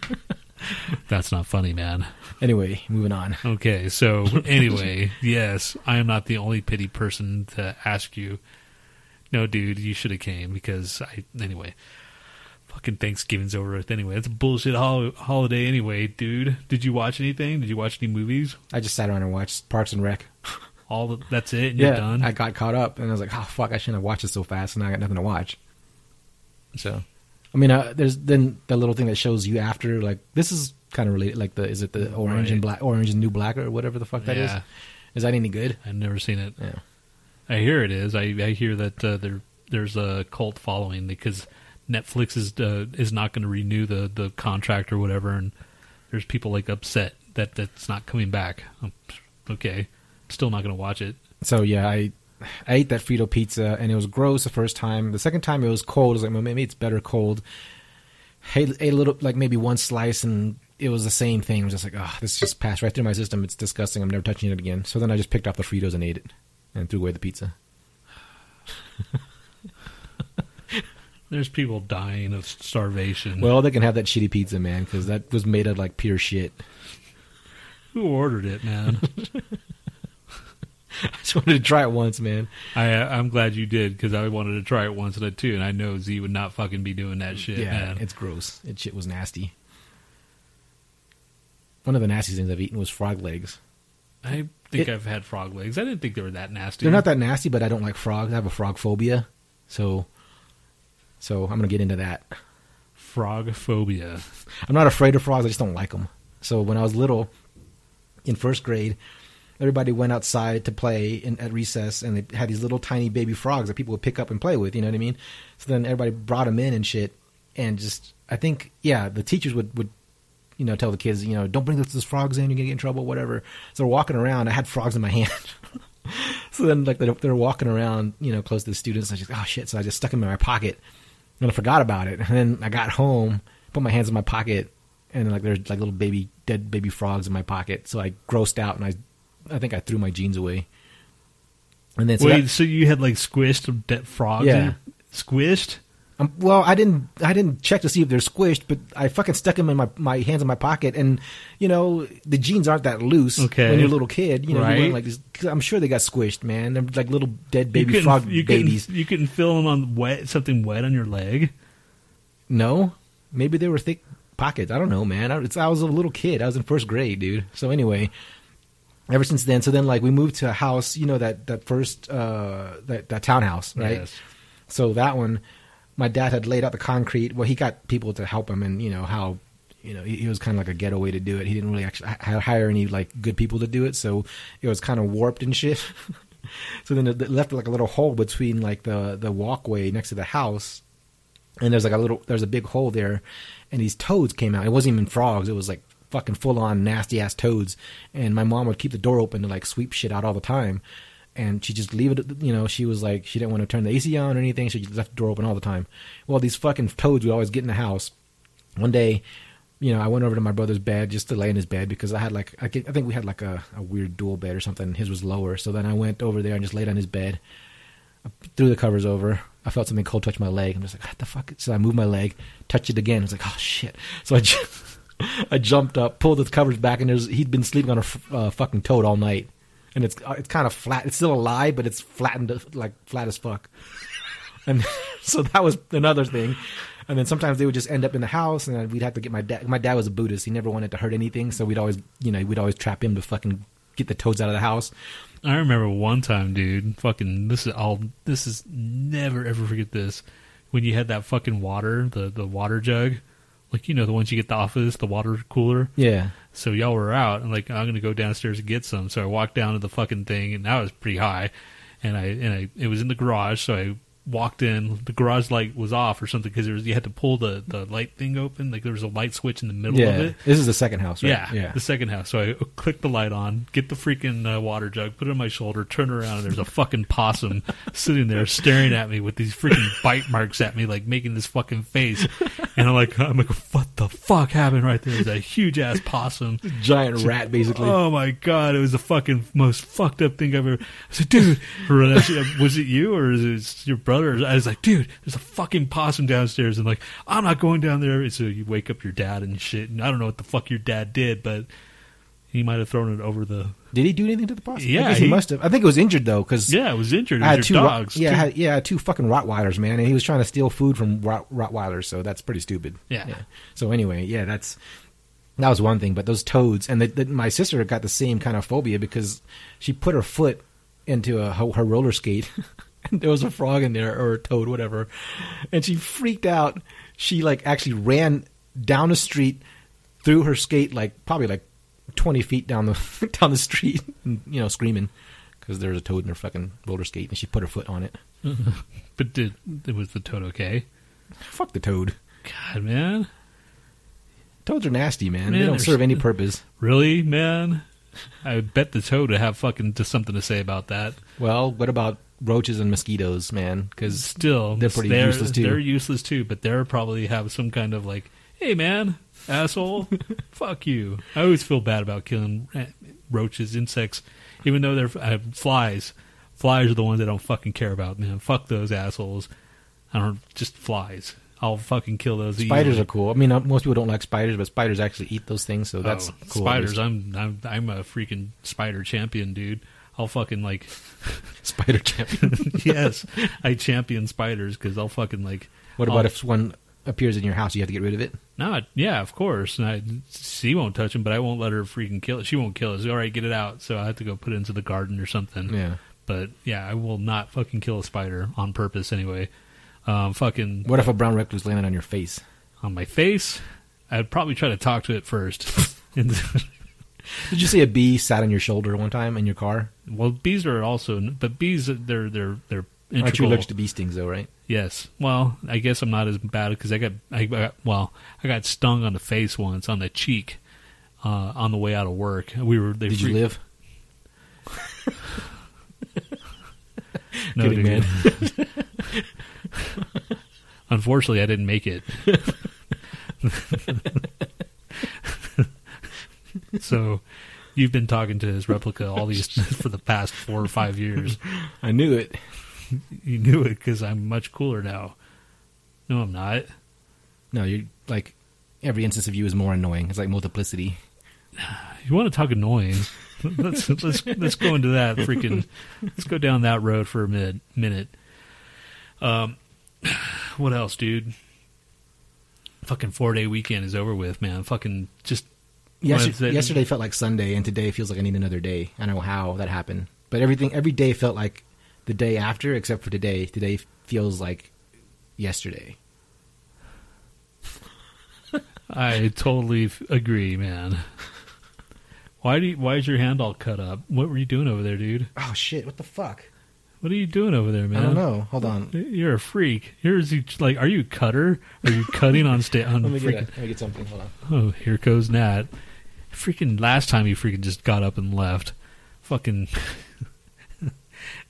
Speaker 2: that's not funny, man.
Speaker 3: anyway, moving on.
Speaker 2: Okay,
Speaker 3: <laughs>
Speaker 2: so anyway, yes, I am not the only pity person to ask you. No, dude, you should have came because I anyway. Fucking Thanksgiving's over with anyway. It's a bullshit hol- holiday anyway, dude. Did you watch anything? Did you watch any movies?
Speaker 3: I just sat around and watched Parks and Rec.
Speaker 2: All the, that's it. And
Speaker 3: Yeah,
Speaker 2: you're done.
Speaker 3: I got caught up and I was like, oh fuck, I shouldn't have watched it so fast, and now I got nothing to watch. So, I mean, uh, there's then the little thing that shows you after, like this is kind of related, like the is it the orange and black, orange and new black or whatever the fuck that is?
Speaker 2: Yeah.
Speaker 3: Is that any good?
Speaker 2: I've never seen it.
Speaker 3: Yeah.
Speaker 2: I hear it is. I, I hear that uh, there there's a cult following because Netflix is uh, is not going to renew the, the contract or whatever, and there's people like upset that that's not coming back. Um, okay, still not going to watch it.
Speaker 3: So yeah, I I ate that Frito pizza and it was gross the first time. The second time it was cold. I was like, well, maybe it's better cold. Ate, ate a little, like maybe one slice, and it was the same thing. I was just like, oh, this just passed right through my system. It's disgusting. I'm never touching it again. So then I just picked up the Fritos and ate it, and threw away the pizza.
Speaker 2: There's people dying of starvation.
Speaker 3: Well, they can have that shitty pizza, man, because that was made of like pure shit. <laughs>
Speaker 2: who ordered it, man?
Speaker 3: I <laughs> just wanted to try it once, man.
Speaker 2: I, I'm glad you did because I wanted to try it once and I too, and I know Z would not fucking be doing that shit,
Speaker 3: yeah,
Speaker 2: man.
Speaker 3: it's gross. It shit was nasty. One of the nastiest things I've eaten was frog legs.
Speaker 2: I think
Speaker 3: it-
Speaker 2: I've had frog legs. I didn't think they were that nasty.
Speaker 3: They're not that nasty, but I don't like frogs. I have a frog phobia, so so I'm gonna get into that.
Speaker 2: frog phobia.
Speaker 3: I'm not afraid of frogs. I just don't like them. So when I was little, in first grade, everybody went outside to play in, at recess, and they had these little tiny baby frogs that people would pick up and play with. You know what I mean? So then everybody brought them in and shit, and just I think yeah, the teachers would would you know tell the kids you know don't bring those, those frogs in, you're gonna get in trouble, whatever. So they're walking around. I had frogs in my <laughs> hand. So then, like, they're, they're walking around, you know, close to the students. I just, oh shit. So I just stuck them in my pocket and I forgot about it. And then I got home, put my hands in my pocket, and like, there's like little baby, dead baby frogs in my pocket. So I grossed out and I, I think I threw my jeans away. And then, so
Speaker 2: Wait,
Speaker 3: that-
Speaker 2: so you had like squished de- frogs?
Speaker 3: Yeah.
Speaker 2: in your- squished.
Speaker 3: Um, well, I didn't. I didn't check to see if they're squished, but I fucking stuck them in my, my hands in my pocket, and you know the jeans aren't that loose.
Speaker 2: Okay.
Speaker 3: when you're a little kid, you know, you
Speaker 2: Right.
Speaker 3: went like this, 'cause I'm sure they got squished, man. They're like little dead baby
Speaker 2: you couldn't-
Speaker 3: frog
Speaker 2: you
Speaker 3: babies.
Speaker 2: Couldn't, you couldn't feel them on wet something wet on your leg.
Speaker 3: No, maybe they were thick pockets. I don't know, man. I, it's, I was a little kid. I was in first grade, dude. So anyway, ever since then. So then, like, we moved to a house. You know that that first uh, that that townhouse, right?
Speaker 2: Yes.
Speaker 3: So that one, my dad had laid out the concrete. Well, he got people to help him, and you know how. You know, he, he was kind of like a ghetto way to do it. He didn't really actually h- hire any like good people to do it, so it was kind of warped and shit. <laughs> so then it it left like a little hole between like the the walkway next to the house and there's like a little there's a big hole there and these toads came out it wasn't even frogs it was like fucking full on nasty ass toads and my mom would keep the door open to like sweep shit out all the time and she just leave it you know she was like she didn't want to turn the ac on or anything she just left the door open all the time well these fucking toads would always get in the house one day you know i went over to my brother's bed just to lay in his bed because i had like i, get- I think we had like a, a weird dual bed or something his was lower so then i went over there and just laid on his bed threw the covers over. I felt something cold touch my leg. I'm just like, what the fuck? So I moved my leg, touched it again. I was like, oh shit. So I, ju- <laughs> I jumped up, pulled the covers back, and there's he'd been sleeping on a f- uh, fucking toad all night. And it's uh, it's kind of flat. It's still alive, but it's flattened uh, like flat as fuck. <laughs> And <laughs> so that was another thing. And then sometimes they would just end up in the house, and we'd have to get my dad. My dad was a Buddhist. He never wanted to hurt anything, so we'd always, you know, we'd always trap him to fucking get the toads out of the house.
Speaker 2: I remember one time, dude. Fucking this is all. This is never ever forget this. When you had that fucking water, the the water jug, like you know the ones you get at the office, the water cooler.
Speaker 3: Yeah.
Speaker 2: So y'all were out, and like I'm gonna go downstairs and get some. So I walked down to the fucking thing, and I was pretty high, and I and I it was in the garage, so I walked in. The garage light was off or something because there was you had to pull the the light thing open. Like there was a light switch in the middle
Speaker 3: Yeah.
Speaker 2: of it.
Speaker 3: This is the second house, right?
Speaker 2: Yeah, the second house. So I click the light on, get the freaking uh, water jug, put it on my shoulder, turn around, and there's a fucking possum <laughs> sitting there staring at me with these freaking bite marks at me, like making this fucking face. And I'm like, I'm like, what the fuck happened right there? There's a huge ass possum.
Speaker 3: Giant rat, basically.
Speaker 2: Oh my god, it was the fucking most fucked up thing I've ever. I said, dude, was it you or is it your brother? I was like, dude, there's a fucking possum downstairs, and like, I'm not going down there. And so you wake up your dad and shit, and I don't know what the fuck your dad did, but he might have thrown it over the.
Speaker 3: Did he do anything to the possum?
Speaker 2: Yeah,
Speaker 3: I guess he,
Speaker 2: he-
Speaker 3: must have. I think it was injured though, because
Speaker 2: Yeah, it was injured. It
Speaker 3: I
Speaker 2: was
Speaker 3: had
Speaker 2: your
Speaker 3: two Ro-
Speaker 2: dogs.
Speaker 3: yeah, I
Speaker 2: too.
Speaker 3: had, yeah, I had two fucking Rottweilers, man, and he was trying to steal food from Rot- Rottweilers, so that's pretty stupid.
Speaker 2: Yeah.
Speaker 3: So anyway, yeah, that's that was one thing, but those toads, and the, the, my sister got the same kind of phobia because she put her foot into a, her, her roller skate. <laughs> and there was a frog in there or a toad, whatever, and she freaked out. She like actually ran down the street through her skate, like probably like twenty feet down the <laughs> down the street, and, you know, screaming because there was a toad in her fucking roller skate, and she put her foot on it.
Speaker 2: but did it was the toad okay?
Speaker 3: Fuck the toad.
Speaker 2: God, man,
Speaker 3: Toads are nasty, man.
Speaker 2: Man,
Speaker 3: they don't
Speaker 2: they're
Speaker 3: serve any
Speaker 2: s-
Speaker 3: purpose.
Speaker 2: really, man. I bet the toad would have fucking just something to say about that.
Speaker 3: Well, what about roaches and mosquitoes, man? Because
Speaker 2: still
Speaker 3: They're pretty useless, too.
Speaker 2: They're useless too, but they're probably have some kind of like, hey man,
Speaker 3: <laughs>
Speaker 2: asshole, fuck you. I always feel bad about killing ra- roaches, insects, even though they're uh, flies. Flies are the ones I don't fucking care about, man. Fuck those assholes. I don't just flies. I'll fucking kill those.
Speaker 3: Spiders
Speaker 2: easily.
Speaker 3: are cool. I mean, uh, most people don't like spiders, but spiders actually eat those things, so that's
Speaker 2: Oh,
Speaker 3: cool.
Speaker 2: Spiders. I'm I'm I'm a freaking spider champion, dude. I'll fucking
Speaker 3: <laughs>
Speaker 2: like <laughs>
Speaker 3: Spider <laughs> champion.
Speaker 2: yes, I champion spiders because I'll fucking like.
Speaker 3: What about
Speaker 2: I'll-
Speaker 3: if one appears in your house? You have to get rid of it.
Speaker 2: Not yeah, of course. And I, she won't touch him, but I won't let her freaking kill it. She won't kill it. She's, All right, get it out. So I have to go put it into the garden or something.
Speaker 3: Yeah.
Speaker 2: But yeah, I will not fucking kill a spider on purpose anyway. Um, fucking
Speaker 3: What if a brown recluse landed on your face?
Speaker 2: on my face. I'd probably try to talk to it first. <laughs> and,
Speaker 3: Did you see a bee sat on your shoulder one time in your car?
Speaker 2: well, bees are also, but bees they're they're they're
Speaker 3: Aren't you
Speaker 2: integral.
Speaker 3: allergic to bee stings though? Right?
Speaker 2: Yes. Well, I guess I'm not as bad because I got, I, I got well, I got stung on the face once on the cheek uh, on the way out of work. We were they
Speaker 3: Did you
Speaker 2: free-
Speaker 3: live?
Speaker 2: No,
Speaker 3: Kidding,
Speaker 2: dude. Unfortunately, I didn't make it. so, you've been talking to his replica all these <laughs> for the past four or five years.
Speaker 3: <laughs> I knew it.
Speaker 2: You knew it because I'm much cooler now. No, I'm not.
Speaker 3: No, you're like every instance of you is more annoying. It's like multiplicity.
Speaker 2: You want to talk annoying? let's let's let's go into that freaking. Let's go down that road for a minute. Minute. Um, <sighs> what else, dude? Fucking four day weekend is over with, man. Fucking just Well, it's
Speaker 3: Yesterday,
Speaker 2: that-
Speaker 3: yesterday felt like Sunday, and today feels like I need another day. I don't know how that happened, but everything every day felt like the day after, except for today. Today feels like yesterday.
Speaker 2: I totally f- agree, man. Why do you, why is your hand all cut up? What were you doing over there, dude?
Speaker 3: Oh shit! What the fuck?
Speaker 2: What are you doing over there, man?
Speaker 3: I don't know. Hold on.
Speaker 2: You're a freak. Here's each, like, are you a cutter? Are you cutting on sta- on
Speaker 3: <laughs> Let me get
Speaker 2: freaking
Speaker 3: a, let me get something. Hold on.
Speaker 2: Oh, here goes Nat. Freaking last time you freaking just got up and left. Fucking. <laughs>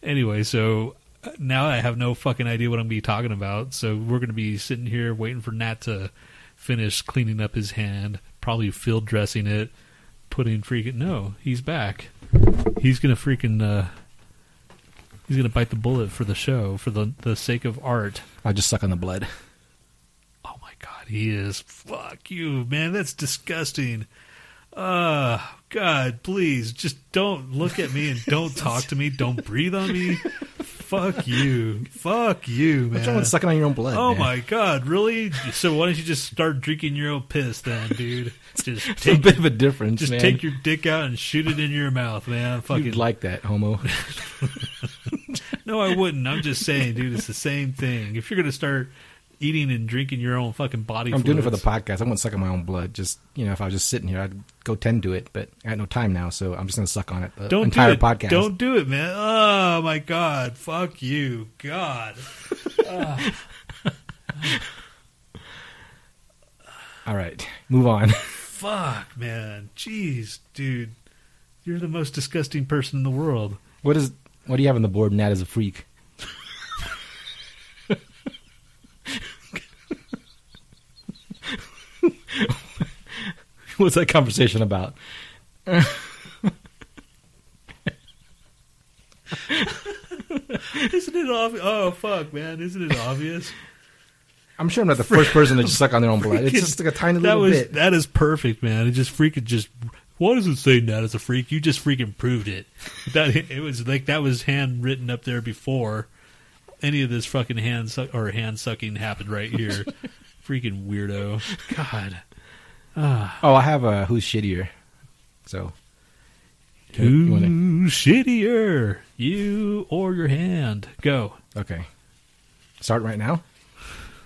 Speaker 2: anyway, so uh, now I have no fucking idea what I'm going to be talking about. So we're going to be sitting here waiting for Nat to finish cleaning up his hand, probably field dressing it, putting freaking. No, he's back. He's going to freaking. Uh, he's going to bite the bullet for the show, for the, the sake of art.
Speaker 3: I just suck on the blood.
Speaker 2: Oh my god, he is. Fuck you, man. That's disgusting. Uh God, please, just don't look at me and don't talk to me. Don't breathe on me. Fuck you. Fuck you,
Speaker 3: What's wrong
Speaker 2: man.
Speaker 3: with sucking on your own blood?
Speaker 2: Oh
Speaker 3: man?
Speaker 2: my god, really? So why don't you just start drinking your own piss then, dude?
Speaker 3: <laughs>
Speaker 2: Just
Speaker 3: <laughs> It's a
Speaker 2: take
Speaker 3: bit of a difference,
Speaker 2: just
Speaker 3: man.
Speaker 2: take your dick out and shoot it in your mouth, man. Fucking
Speaker 3: You'd like that,
Speaker 2: <laughs>
Speaker 3: homo.
Speaker 2: No, I wouldn't. I'm just saying, dude, it's the same thing. If you're gonna start eating and drinking your own fucking body
Speaker 3: I'm doing it for the
Speaker 2: fluids-
Speaker 3: podcast. I wouldn't suck on my own blood. Just you know, if I was just sitting here, I'd go tend to it. But I had no time now, so I'm just gonna suck on it. The
Speaker 2: don't
Speaker 3: entire
Speaker 2: do it.
Speaker 3: podcast.
Speaker 2: Don't do it, man. Oh my god, fuck you, God.
Speaker 3: All right, move on.
Speaker 2: Fuck, man. Jeez, dude, you're the most disgusting person in the world. <laughs>
Speaker 3: what is? What do you have on the board? Nat is a freak. What's that conversation about?
Speaker 2: Isn't it obvious? Oh fuck, man. Isn't it obvious?
Speaker 3: I'm sure I'm not the first person to just suck on their own <laughs> blood. It's just like a tiny
Speaker 2: that
Speaker 3: little
Speaker 2: was
Speaker 3: bit.
Speaker 2: that is perfect, man. It just freaking just. What does it say? Nat is a freak. You just freaking proved it. That <laughs> it was like that was handwritten up there before any of this fucking hand suck or hand sucking happened right
Speaker 3: <laughs>
Speaker 2: here. freaking weirdo. God.
Speaker 3: Oh, I have a who's shittier. So
Speaker 2: Who's
Speaker 3: You wanna-
Speaker 2: shittier, you or your hand? Go.
Speaker 3: Okay. Start right now.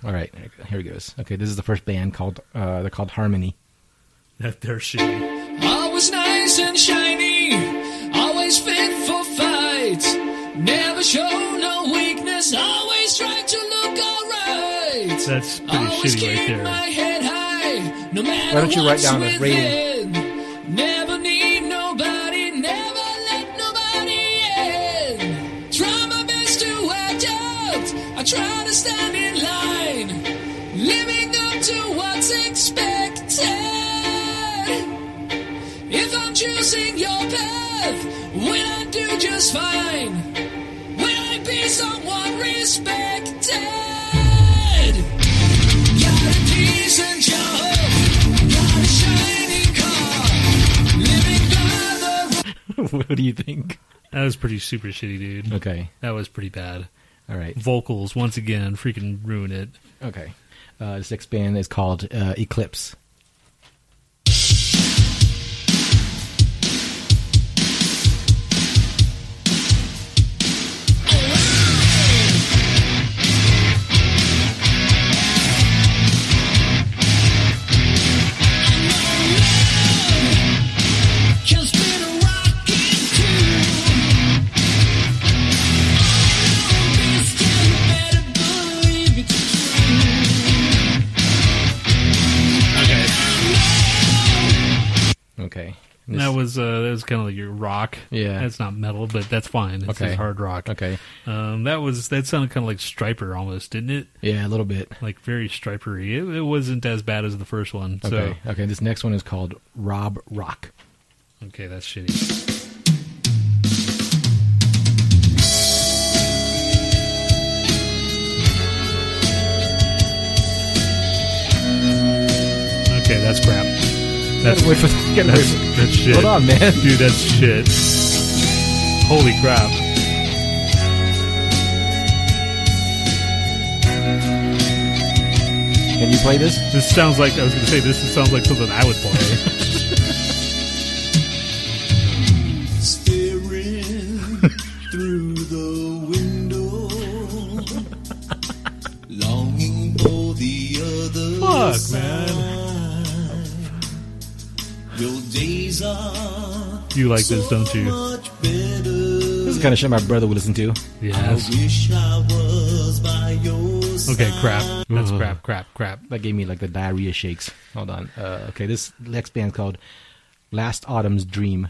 Speaker 3: All right, here it goes. Okay, this is the first band called uh, they're called Harmony. <laughs>
Speaker 2: That they're shitty.
Speaker 4: Always nice and shiny, always fit for fight. Never show no weakness, always try to look alright.
Speaker 2: That's pretty
Speaker 4: Always
Speaker 2: shitty right
Speaker 4: keep
Speaker 2: there.
Speaker 4: my head high, no matter
Speaker 3: Why don't you write
Speaker 4: what's
Speaker 3: down a rating?
Speaker 4: within. Never need nobody, never let nobody in. Try my best to act out, I try to stand in line, living up to what's expected. If I'm choosing your path, will I do just fine? Will I be someone respected? Got a decent job, got a shining car, living by the
Speaker 3: what do you think?
Speaker 2: That was pretty super shitty, dude.
Speaker 3: Okay.
Speaker 2: That was pretty bad.
Speaker 3: All right.
Speaker 2: Vocals once again freaking ruin it.
Speaker 3: Okay. Uh, this next band is called uh, Eclipse.
Speaker 2: Okay.
Speaker 3: Okay. This-
Speaker 2: That was uh, that was kind of like your rock.
Speaker 3: Yeah.
Speaker 2: that's not metal, but that's fine. It's
Speaker 3: Okay.
Speaker 2: just hard rock.
Speaker 3: okay.
Speaker 2: Um, that was that sounded kind of like Striper almost, didn't it?
Speaker 3: Yeah, a little bit.
Speaker 2: Like very Stripery. It, it wasn't as bad as the first one.
Speaker 3: Okay. Okay. This next one is called Rob Rock.
Speaker 2: So okay, that's shitty. Okay, that's crap. That's
Speaker 3: Wait for- get away
Speaker 2: that's,
Speaker 3: from-
Speaker 2: that's shit.
Speaker 3: Hold on, man. <laughs>
Speaker 2: Dude, that's shit. Holy crap.
Speaker 3: Can you play this?
Speaker 2: This sounds like, I was going to say, this sounds like something I would
Speaker 3: <laughs>
Speaker 2: play.
Speaker 4: Staring through the window, longing for the other
Speaker 2: Fuck,
Speaker 4: man. Your days are
Speaker 2: You like this, don't you?
Speaker 4: much better.
Speaker 3: This is the kind of shit my brother would listen to.
Speaker 2: Yes.
Speaker 4: I wish I was by your side.
Speaker 2: Okay, crap. That's
Speaker 3: Ugh.
Speaker 2: crap, crap, crap.
Speaker 3: That gave me like the diarrhea shakes. Hold on. Uh, okay, this next band's called Last Autumn's Dream.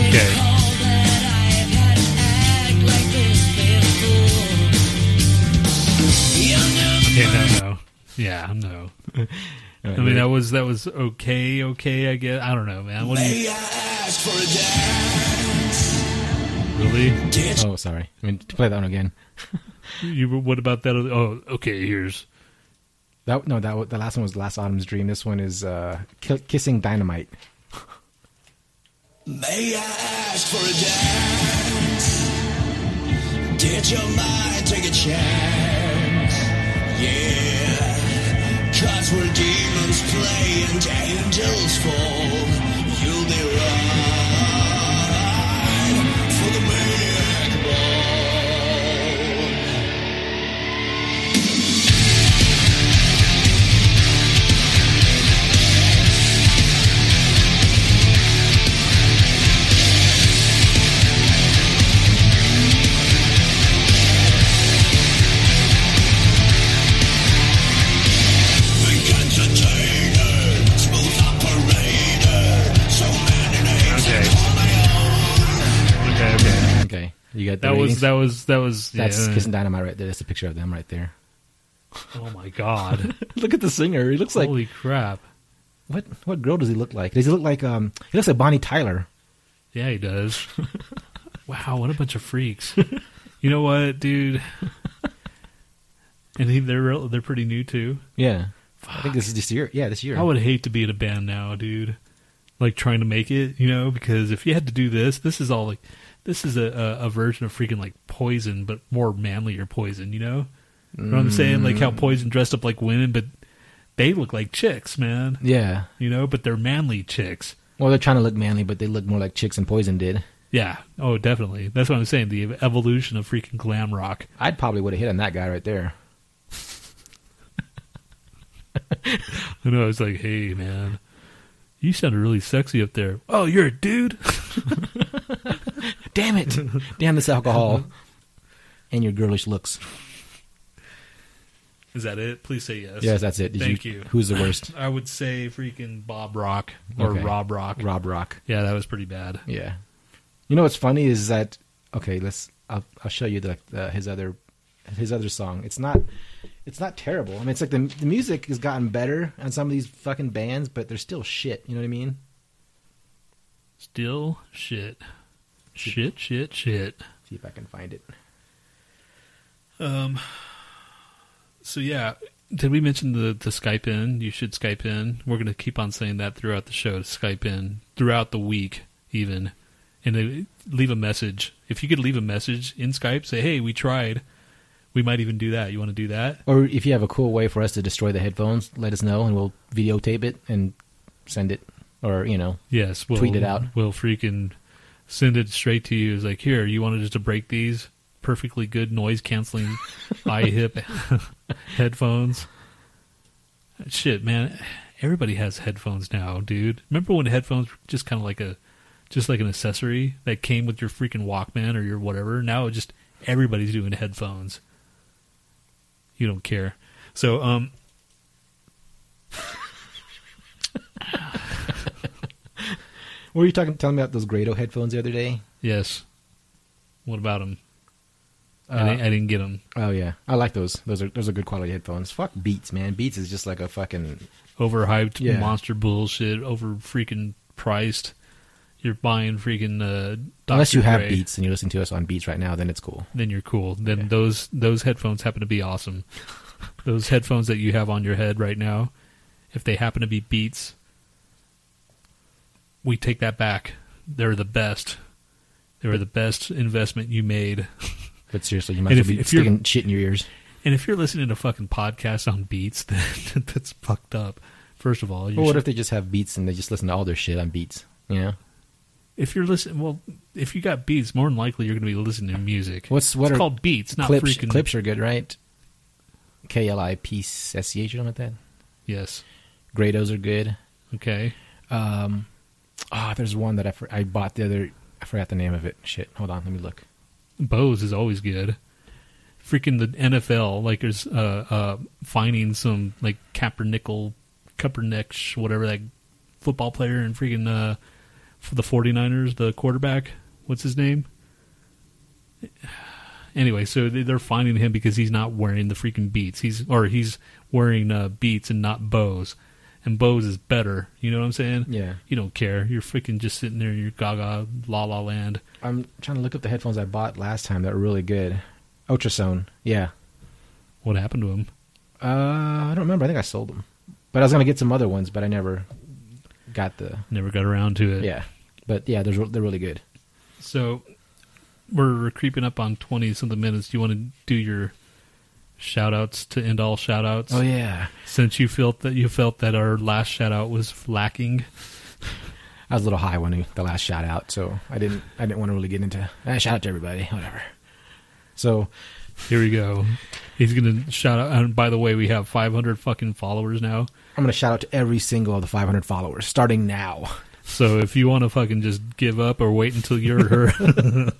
Speaker 2: Okay. Okay, no, no. Yeah,
Speaker 3: <laughs>
Speaker 2: no. I mean, that was that was okay, okay. I guess I don't know, man. What do you
Speaker 4: May I ask for a dance?
Speaker 2: really?
Speaker 3: oh, sorry. I mean, to play that one again.
Speaker 2: You what about that? Other, oh, okay. Here's
Speaker 3: That no, that wa- the last one was Last Autumn's Dream. This one is uh, Ki- Kissing Dynamite.
Speaker 4: May I ask for a dance? Did your mind take a chance? Yeah, cause we're demons play and angels fall. You'll be right for the maniac ball.
Speaker 2: okay. Okay, okay.
Speaker 3: Okay, you got the
Speaker 2: That was
Speaker 3: ratings?
Speaker 2: that was that was.
Speaker 3: That's
Speaker 2: yeah.
Speaker 3: Kissing Dynamite right there. That's a picture of them right there.
Speaker 2: Oh my god!
Speaker 3: Look at the singer. He looks <laughs> like
Speaker 2: Holy crap!
Speaker 3: what? What girl does he look like? Does he look like um? He looks like Bonnie Tyler.
Speaker 2: Yeah, he
Speaker 3: <laughs>
Speaker 2: does. wow, what a bunch of freaks. You know what,
Speaker 3: <laughs>
Speaker 2: dude? And he, they're real, they're pretty new too.
Speaker 3: Yeah, I think this is this year. Yeah, this year.
Speaker 2: I would hate to be in a band now, dude. Like trying to make it, you know, because if you had to do this, this is all like, this is a, a, a version of freaking like poison, but more manlier poison, you know? You know what I'm saying? Like how poison dressed up like women, but they look like chicks, man.
Speaker 3: yeah.
Speaker 2: You know, but they're manly chicks.
Speaker 3: Well, they're trying to look manly, but they look more like chicks and Poison did.
Speaker 2: Yeah. Oh, definitely. That's what I'm saying. The evolution of freaking glam rock.
Speaker 3: I'd probably would have hit on that guy right there.
Speaker 2: And I was like, hey, man, you sounded really sexy up there. Oh, you're a dude? <laughs>
Speaker 3: Damn <laughs> it! Damn this alcohol and your girlish looks.
Speaker 2: Is that it? Please say yes.
Speaker 3: Yes, that's it. Did
Speaker 2: Thank you.
Speaker 3: Who's the worst?
Speaker 2: I would say freaking Bob Rock or
Speaker 3: Okay.
Speaker 2: Rob Rock.
Speaker 3: Rob Rock.
Speaker 2: Yeah, that was pretty bad.
Speaker 3: Yeah. You know what's funny is that okay, let's I'll, I'll show you the, the his other his other song. It's not it's not terrible. I mean, it's like the the music has gotten better on some of these fucking bands, but they're still shit. You know what I mean?
Speaker 2: Still shit. Shit, shit, shit.
Speaker 3: See if I can find it.
Speaker 2: Um. So yeah, did we mention the the Skype in? You should Skype in. We're gonna keep on saying that throughout the show. Skype in throughout the week, even, and then leave a message. If you could leave a message in Skype, say, "Hey, we tried." We might even do that. You want to do that?
Speaker 3: Or if you have a cool way for us to destroy the headphones, let us know and we'll videotape it and send it. Or you know,
Speaker 2: Yes. We'll,
Speaker 3: Tweet it out.
Speaker 2: We'll freaking send it straight to you. It's like, here, you wanted us to break these perfectly good noise
Speaker 3: <laughs>
Speaker 2: canceling iHip <laughs> headphones. Shit, man. Everybody has headphones now, dude. Remember when headphones were just kind of like a, just like an accessory that came with your freaking Walkman or your whatever. Now it just everybody's doing headphones. You don't care. So, um,
Speaker 3: were you talking telling me about those Grado headphones the other day?
Speaker 2: yes. What about them? I,
Speaker 3: Uh,
Speaker 2: didn't, I didn't get them.
Speaker 3: Oh yeah, I like those. Those are those are good quality headphones. Fuck Beats, man. Beats is just like a fucking
Speaker 2: overhyped
Speaker 3: Yeah.
Speaker 2: monster bullshit, over freaking priced. You're buying freaking uh, Dr.
Speaker 3: unless you have
Speaker 2: Dre,
Speaker 3: Beats and you listen to us on Beats right now, then it's cool.
Speaker 2: then you're cool. Then
Speaker 3: Yeah.
Speaker 2: those those headphones happen to be
Speaker 3: <laughs>
Speaker 2: awesome. those headphones that you have on your head right now, if they happen to be Beats, we take that back. They're the best. They were the best investment you made.
Speaker 3: But seriously, you might
Speaker 2: And
Speaker 3: as well
Speaker 2: if-
Speaker 3: be
Speaker 2: if you're-
Speaker 3: sticking shit in your ears.
Speaker 2: And if you're listening to fucking podcasts on Beats, <laughs> then that's fucked up. First of all, you
Speaker 3: Or what
Speaker 2: should-
Speaker 3: if they just have Beats and they just listen to all their shit on Beats? You know,
Speaker 2: If you're listening, well, if you got beats, more than likely you're going to be listening to music.
Speaker 3: What's- what
Speaker 2: it's
Speaker 3: are-
Speaker 2: called beats, not
Speaker 3: clips
Speaker 2: freaking
Speaker 3: clips are good, right? K L I P S C H or something like that.
Speaker 2: Yes.
Speaker 3: Grados are good.
Speaker 2: Okay.
Speaker 3: Um, ah, there's one that I, for, I bought the other. I forgot the name of it. Shit, hold on, let me look.
Speaker 2: Bose is always good. Freaking the NFL, like there's uh, uh, finding some like Kaepernickel, Kaepernick, sh- whatever that football player and freaking uh, for the 49ers, the quarterback. What's his name? <sighs> Anyway, so they- they're finding him because he's not wearing the freaking beats. He's or he's wearing uh, beats and not Bose, and Bose is better. You know what I'm saying?
Speaker 3: Yeah,
Speaker 2: You don't care. You're freaking just sitting there. in your Gaga La La Land.
Speaker 3: I'm trying to look up the headphones I bought last time that were really good. Ultrasone. Yeah,
Speaker 2: What happened to him?
Speaker 3: uh, I don't remember. I think I sold them, but I was gonna get some other ones, but I never got the.
Speaker 2: Never got around to it.
Speaker 3: Yeah, but yeah, they're they're really good.
Speaker 2: So we're creeping up on 20 something minutes. Do you want to do your shout outs to end all shout outs?
Speaker 3: Oh yeah,
Speaker 2: Since you felt that you felt that our last shout out was lacking.
Speaker 3: I was a little high when we, the last shout out, so I didn't I didn't want to really get into. Eh, shout out to everybody, whatever. So
Speaker 2: Here we go. He's going to shout out. And by the way, we have 500 fucking followers now.
Speaker 3: I'm gonna shout out to every single of the 500 followers starting now.
Speaker 2: So if you want to fucking just give up or wait until you're her, <laughs>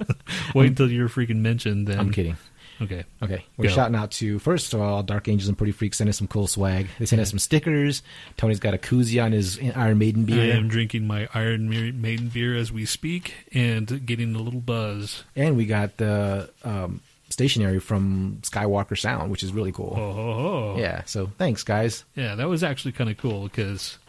Speaker 2: wait until you're freaking mentioned, then.
Speaker 3: I'm kidding.
Speaker 2: Okay.
Speaker 3: Okay, we're
Speaker 2: Go.
Speaker 3: shouting out to first of all, Dark Angels and Pretty Freaks sent us some cool swag. They sent us some stickers. Tony's got a koozie on his Iron Maiden
Speaker 2: I
Speaker 3: beer,
Speaker 2: am drinking my Iron Ma- Maiden beer as we speak and getting a little buzz.
Speaker 3: and we got the um, stationery from Skywalker Sound, which is really cool.
Speaker 2: Oh, ho, ho.
Speaker 3: Yeah, so thanks guys.
Speaker 2: Yeah, that was actually kind of cool because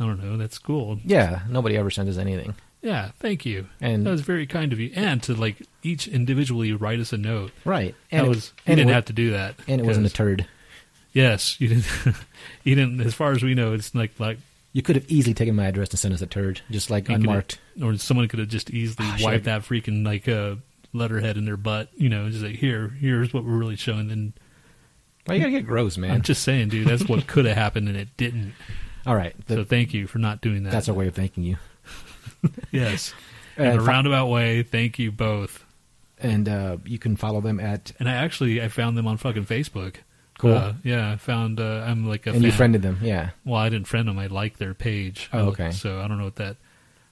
Speaker 2: I don't know, that's cool.
Speaker 3: Yeah, nobody ever sends us anything.
Speaker 2: Yeah, thank you.
Speaker 3: And-
Speaker 2: that was very kind of you, and to like each individually write us a note.
Speaker 3: Right,
Speaker 2: That
Speaker 3: and it-
Speaker 2: was you
Speaker 3: and it
Speaker 2: didn't
Speaker 3: wa-
Speaker 2: have to do that,
Speaker 3: and it wasn't a
Speaker 2: 'cause-
Speaker 3: turd.
Speaker 2: yes, you didn't. <laughs> you didn't. As far as we know, it's like like
Speaker 3: You could have easily taken my address and sent us a turd, just like
Speaker 2: you could've-
Speaker 3: unmarked.
Speaker 2: or someone could have just easily
Speaker 3: Ah, shit.
Speaker 2: wiped that freaking like uh, letterhead in their butt. You know, just like here, here's what we're really showing. And
Speaker 3: Why you gotta get gross, man?
Speaker 2: I'm just saying, dude, that's what could have happened, and it didn't.
Speaker 3: all right, th-
Speaker 2: so thank you for not doing that.
Speaker 3: that's our way of thanking you.
Speaker 2: yes. In
Speaker 3: And,
Speaker 2: a
Speaker 3: fo-
Speaker 2: roundabout way, thank you both.
Speaker 3: and uh, you can follow them at
Speaker 2: and I actually I found them on fucking Facebook.
Speaker 3: Cool.
Speaker 2: Uh, yeah, I found uh, I'm like a
Speaker 3: and you
Speaker 2: fan.
Speaker 3: friended them. Yeah,
Speaker 2: Well, I didn't friend them. I like their page.
Speaker 3: Oh, okay.
Speaker 2: So I don't know what that.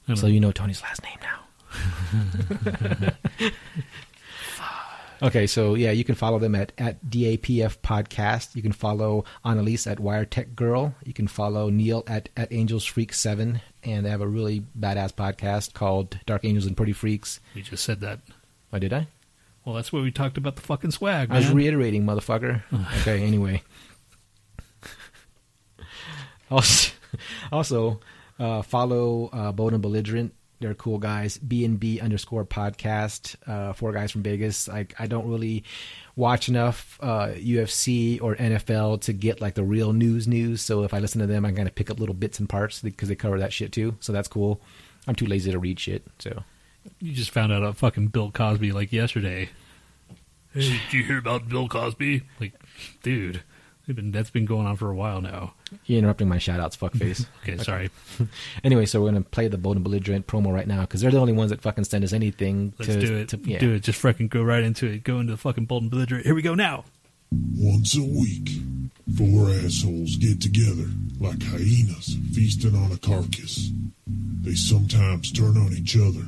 Speaker 2: I don't
Speaker 3: so
Speaker 2: know.
Speaker 3: you know Tony's last name now. <laughs> Okay, so yeah, you can follow them at, at DAPF Podcast. You can follow Annalise at Wiretech Girl. You can follow Neil at, at Angels Freak 7. and they have a really badass podcast called Dark Angels and Pretty Freaks.
Speaker 2: We just said that.
Speaker 3: Why did I?
Speaker 2: Well, that's where we talked about the fucking swag,
Speaker 3: I was
Speaker 2: man.
Speaker 3: reiterating, motherfucker. okay, anyway. Also, also uh, follow uh, Bold and Belligerent. They're cool guys. B and B underscore podcast. Uh, four guys from Vegas. I I don't really watch enough uh, UFC or NFL to get like the real news news. So if I listen to them, I kind of pick up little bits and parts because they cover that shit too. So that's cool. I'm too lazy to read shit. So
Speaker 2: you just found out about fucking Bill Cosby like yesterday. Hey, did you hear about Bill Cosby? Like, dude, they've been, that's been going on for a while now.
Speaker 3: you're interrupting my shout outs, fuckface.
Speaker 2: Okay, sorry.
Speaker 3: Anyway, so we're gonna play the bold and belligerent promo right now because they're the only ones that fucking send us anything.
Speaker 2: Let's
Speaker 3: to,
Speaker 2: do it.
Speaker 3: to- yeah.
Speaker 2: Do it. Just fucking go right into it. Go into the fucking Bolton Belligerent. Here we go now.
Speaker 5: Once a week, four assholes get together like hyenas feasting on a carcass. They sometimes turn on each other.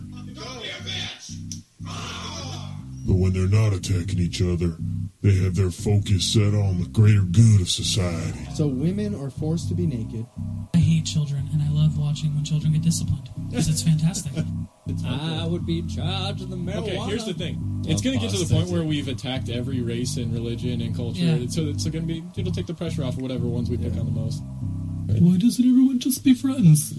Speaker 5: But when they're not attacking each other, they have their focus set on the greater good of society.
Speaker 6: So women are forced to be naked.
Speaker 7: I hate children, and I love watching when children get disciplined because it's fantastic.
Speaker 8: I would be in charge of the marijuana.
Speaker 9: Okay, here's the thing. It's going to get to the
Speaker 8: bastards.
Speaker 9: point where we've attacked every race and religion and culture.
Speaker 7: Yeah.
Speaker 9: So it's going to be, it'll take the pressure off of whatever ones we pick on the most.
Speaker 7: Why doesn't everyone just be friends?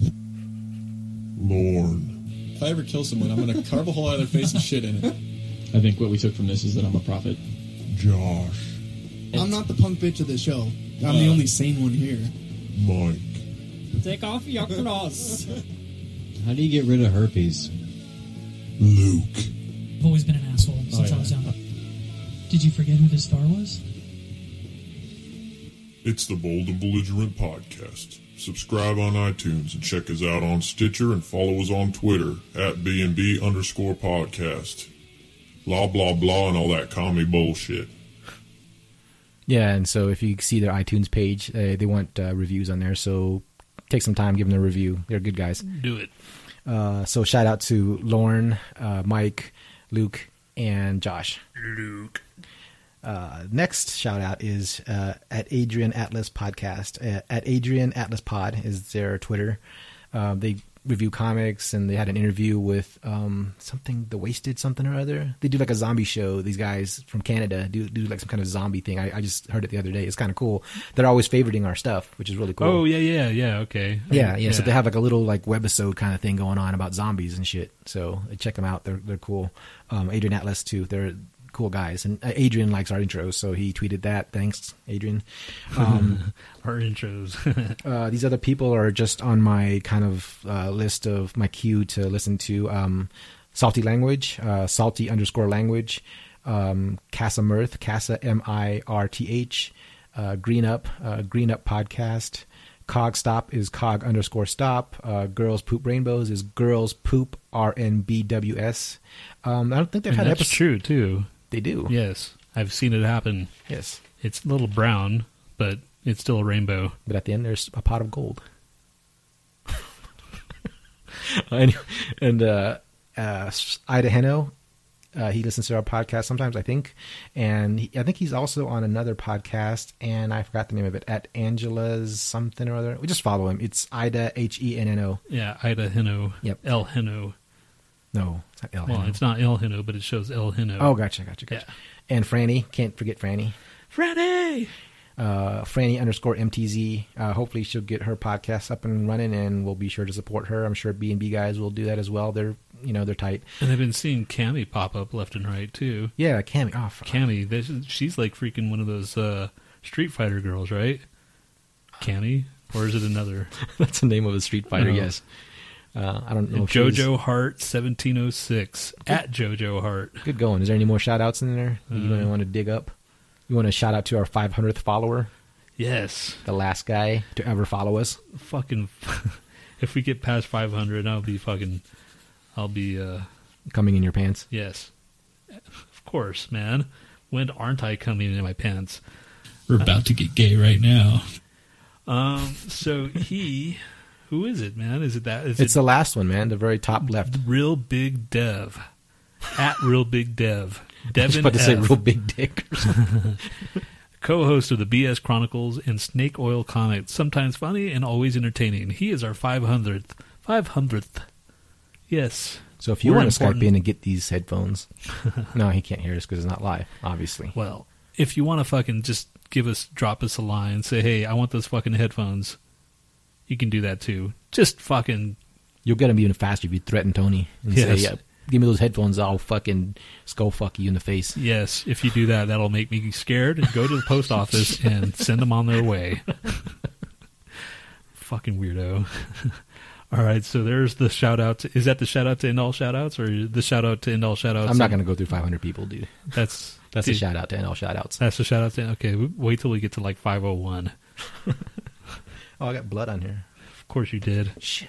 Speaker 5: Lorne,
Speaker 9: If I ever kill someone, I'm going to <laughs> carve a hole out of their face and shit in it. I think what we took from this is that I'm a prophet.
Speaker 5: Josh,
Speaker 6: I'm not the punk bitch of the show. I'm
Speaker 9: Uh,
Speaker 6: the only sane one here.
Speaker 5: Mike,
Speaker 8: Take off your cross.
Speaker 10: How do you get rid of herpes?
Speaker 5: Luke,
Speaker 7: I've always been an asshole since I was young. Did you forget who this star was?
Speaker 5: It's the Bold and Belligerent Podcast. Subscribe on iTunes and check us out on Stitcher and follow us on Twitter at B&B underscore podcast. Blah, blah, blah, and all that commie bullshit.
Speaker 3: Yeah, and so if you see their iTunes page, uh, they want uh, reviews on there. So take some time, give them a review. They're good guys.
Speaker 2: Do it.
Speaker 3: Uh, so shout out to Lauren, uh, Mike, Luke, and Josh.
Speaker 2: Luke.
Speaker 3: Uh, next shout out is uh, at Adrian Atlas Podcast. Uh, at Adrian Atlas Pod is their Twitter. Uh, they review comics and they had an interview with um, something, The Wasted something or other. They do like a zombie show. These guys from Canada do, do like some kind of zombie thing. I, I just heard it the other day. It's kind of cool. They're always favoriting our stuff, which is really cool.
Speaker 2: Oh yeah, yeah, yeah. Okay.
Speaker 3: Yeah, yeah. So they have like a little like webisode kind of thing going on about zombies and shit. So uh, check them out. They're they're cool. Um, Adrian Atlas too. They're cool guys. And uh, Adrian likes our intros, so he tweeted that. Thanks, Adrian. Um,
Speaker 2: our intros. <laughs>
Speaker 3: uh, these other people are just on my kind of uh, list of my queue to listen to. Um, salty language, uh, salty underscore language. Um, Casa Mirth, Casa M I R T H. Uh, Green Up, uh, Green Up podcast. Cog Stop is Cog underscore Stop. Uh, Girls Poop Rainbows is Girls Poop R N B W S. Um, I don't think they've
Speaker 2: and
Speaker 3: had
Speaker 2: that's
Speaker 3: episodes.
Speaker 2: true too.
Speaker 3: They do.
Speaker 2: Yes, I've seen it happen.
Speaker 3: Yes.
Speaker 2: It's a little brown, but it's still a rainbow.
Speaker 3: But at the end, there's a pot of gold. <laughs> and and uh, uh, Ida Heno, uh, he listens to our podcast sometimes, I think. And he, I think he's also on another podcast, and I forgot the name of it, at Angela's something or other. We just follow him. It's Ida, H E N N O.
Speaker 2: Yeah, Ida Hino.
Speaker 3: Yep.
Speaker 2: El Hino.
Speaker 3: No, it's not L.
Speaker 2: Well,
Speaker 3: Heno.
Speaker 2: it's not El Hino, but it shows El Hino.
Speaker 3: Oh, gotcha, gotcha, gotcha.
Speaker 2: Yeah.
Speaker 3: And Franny, can't forget Franny.
Speaker 2: Freddy.
Speaker 3: uh, Franny underscore MTZ. Uh, hopefully, she'll get her podcast up and running, and we'll be sure to support her. I'm sure B and B guys will do that as well. They're you know they're tight.
Speaker 2: And I've been seeing Cammy pop up left and right too.
Speaker 3: Yeah, Cammy. Oh, fuck.
Speaker 2: Cammy, this is- she's like freaking one of those uh, Street Fighter girls, right? Cammy, or is it another?
Speaker 3: <laughs> that's the name of a Street Fighter.
Speaker 2: Oh.
Speaker 3: Yes. Uh, I don't know. if she's-
Speaker 2: Jojo Hart, seventeen oh six at Jojo Hart.
Speaker 3: Good going. Is there any more shout outs in there? You
Speaker 2: Uh.
Speaker 3: want to dig up? You want to shout out to our 500th follower,
Speaker 2: Yes,
Speaker 3: the last guy to ever follow us.
Speaker 2: fucking. <laughs> If we get past five hundred, I'll be fucking. I'll be. uh
Speaker 3: Coming in your pants.
Speaker 2: Yes, of course, man. When aren't I coming in my pants?
Speaker 8: We're about to get gay right now.
Speaker 2: Um. So he, who is it, man? Is it that? Is
Speaker 3: It's
Speaker 2: it
Speaker 3: the last one, man. The very top left.
Speaker 2: real big dev? At real big dev.
Speaker 3: <laughs> I was
Speaker 2: Devin
Speaker 3: about to say
Speaker 2: F.
Speaker 3: real big dick. or something.
Speaker 2: co-host of the BS Chronicles and Snake Oil Comics, sometimes funny and always entertaining. He is our 500th Five hundredth. Yes.
Speaker 3: So if you
Speaker 2: We're
Speaker 3: want to
Speaker 2: important.
Speaker 3: Skype in and get these <laughs> headphones, no, he can't hear us because it's not live, obviously.
Speaker 2: Well, if you want to fucking just give us, drop us a line, say, hey, I want those fucking headphones, you can do that too. Just fucking.
Speaker 3: You'll get him even faster if you threaten Tony and
Speaker 2: Yes.
Speaker 3: say, yeah, "Give me those headphones, I'll fucking skull fuck you in the face."
Speaker 2: Yes, if you do that, that'll make me scared and go to the post
Speaker 3: <laughs>
Speaker 2: office and send them on their way. <laughs> Fucking weirdo. <laughs> all right, so there's the shout out. To, is that the shout out to end all shout outs or the shout out to end all shout outs?
Speaker 3: I'm not going to go through 500 people, dude.
Speaker 2: That's
Speaker 3: That's a shout out to end all shout outs.
Speaker 2: That's a shout out to. Okay, w- wait till we get to like 501.
Speaker 3: Oh, I got blood on here.
Speaker 2: Of course you did. Shit.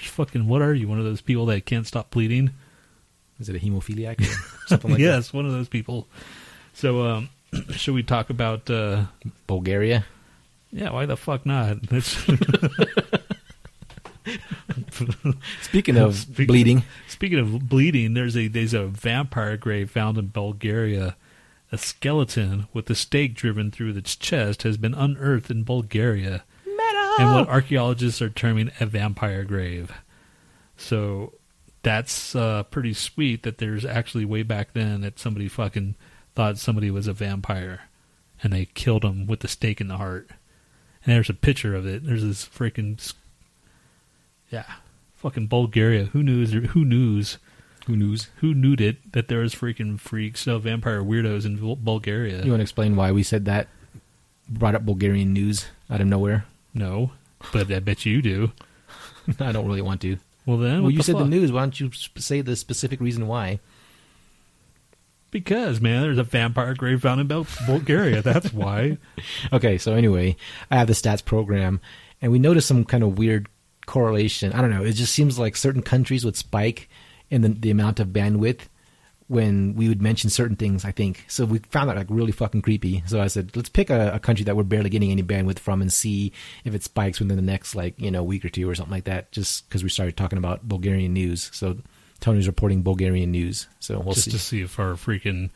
Speaker 2: You're fucking. What are you? One of those people that can't stop bleeding?
Speaker 3: Is it a hemophiliac <laughs> or something
Speaker 2: <laughs>
Speaker 3: like
Speaker 2: yes, one of those people. So, um, <clears throat> should we talk about? Uh,
Speaker 3: that? Bulgaria.
Speaker 2: yeah, why the fuck not? That's
Speaker 3: <laughs> Speaking of
Speaker 2: Speaking-
Speaker 3: bleeding,
Speaker 2: Speaking of bleeding, there's a there's a vampire grave found in Bulgaria. A skeleton with a stake driven through its chest has been unearthed in Bulgaria, and what archaeologists are terming a vampire grave. So that's uh, pretty sweet that there's actually way back then that somebody fucking thought somebody was a vampire, and they killed him with a stake in the heart. And there's a picture of it. There's this freaking s- yeah, fucking Bulgaria. Who knew? Who knows?
Speaker 3: who knows?
Speaker 2: Who knew it that there was freaking freaks, no vampire weirdos in Bul- Bulgaria?
Speaker 3: You want to explain why we said that? Brought up Bulgarian news out of nowhere. <laughs>
Speaker 2: No, but I bet you do.
Speaker 3: I don't really want to.
Speaker 2: Well then,
Speaker 3: Well,
Speaker 2: what
Speaker 3: you said the
Speaker 2: fuck?
Speaker 3: news. Why don't you sp- say the specific reason why?
Speaker 2: because man, there's a vampire grave found in Bul- Bulgaria.
Speaker 3: <laughs>
Speaker 2: That's why.
Speaker 3: Okay, so anyway, I have the stats program, and we noticed some kind of weird correlation. I don't know. It just seems like certain countries would spike in the, the amount of bandwidth when we would mention certain things, I think. So we found that like really fucking creepy. So I said, let's pick a, a country that we're barely getting any bandwidth from and see if it spikes within the next like, you know, week or two or something like that, just because we started talking about Bulgarian news. So Tony's reporting Bulgarian news. So we'll
Speaker 2: just
Speaker 3: see.
Speaker 2: to see if our freaking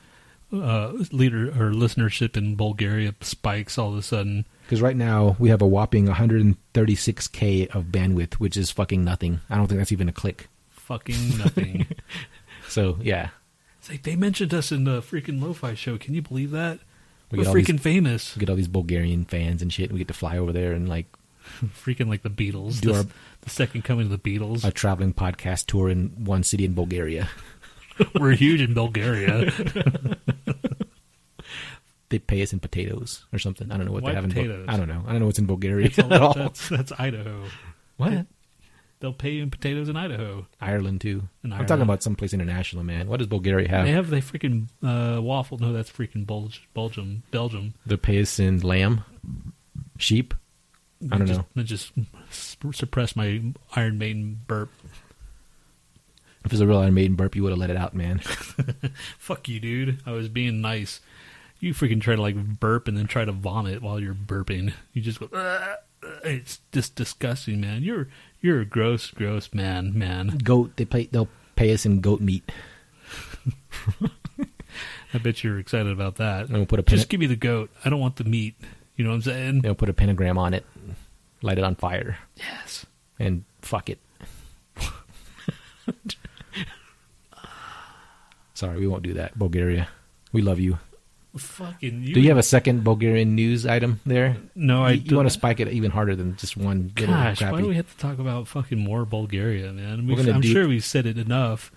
Speaker 2: uh, leader or listenership in Bulgaria spikes all of a sudden.
Speaker 3: Because right now we have a whopping 136k of bandwidth, which is fucking nothing. I don't think that's even a click.
Speaker 2: Fucking nothing.
Speaker 3: <laughs> So yeah,
Speaker 2: it's like they mentioned us in the freaking lo-fi show. Can you believe that?
Speaker 3: We
Speaker 2: We're
Speaker 3: get all these-
Speaker 2: freaking famous.
Speaker 3: we get all these Bulgarian fans and shit. And we get to fly over there and like
Speaker 2: freaking like the Beatles.
Speaker 3: Do
Speaker 2: the,
Speaker 3: our-
Speaker 2: the second coming of the Beatles.
Speaker 3: a traveling podcast tour in one city in Bulgaria.
Speaker 2: We're huge in
Speaker 3: <laughs>
Speaker 2: Bulgaria.
Speaker 3: They pay us in potatoes or something. I don't know what
Speaker 2: Why
Speaker 3: they have in.
Speaker 2: potatoes?
Speaker 3: Bul- I don't know. I don't know what's in <laughs> Bulgaria
Speaker 2: That's,
Speaker 3: at all.
Speaker 2: that's, that's Idaho.
Speaker 3: what?
Speaker 2: They'll pay you in potatoes in Idaho.
Speaker 3: Ireland too.
Speaker 2: In
Speaker 3: I'm
Speaker 2: Ireland.
Speaker 3: talking about someplace international, man. What does Bulgaria have?
Speaker 2: They have the freaking uh, waffle. No, that's freaking Bulge, Belgium. Belgium.
Speaker 3: They pay us in lamb, sheep. I don't
Speaker 2: just,
Speaker 3: know.
Speaker 2: I just sup- suppress my Iron Maiden burp. <laughs>
Speaker 3: If it was a real Iron Maiden burp, you would have let it out, man. <laughs>
Speaker 2: Fuck you, dude. I was being nice. You freaking try to like burp and then try to vomit while you're burping. You just go. "Ugh, ugh." It's just disgusting, man. You're you're a gross, gross man, man.
Speaker 3: goat. They pay. They'll pay us in goat meat.
Speaker 2: I bet you're excited about that.
Speaker 3: And we'll put a pin.
Speaker 2: Just give me the goat. I don't want the meat. You know what I'm saying?
Speaker 3: they'll put a pentagram on it, light it on fire,
Speaker 2: Yes.
Speaker 3: and fuck it. <laughs> Sorry, we won't do that. Bulgaria, we love you.
Speaker 2: Fucking you.
Speaker 3: Do you have a second Bulgarian news item there?
Speaker 2: No, I
Speaker 3: you,
Speaker 2: don't-
Speaker 3: want to spike it even harder than just one little
Speaker 2: Gosh,
Speaker 3: crappy.
Speaker 2: why do we have to talk about fucking more Bulgaria, man?
Speaker 3: We're
Speaker 2: We've,
Speaker 3: gonna
Speaker 2: I'm
Speaker 3: do-
Speaker 2: sure we've said it enough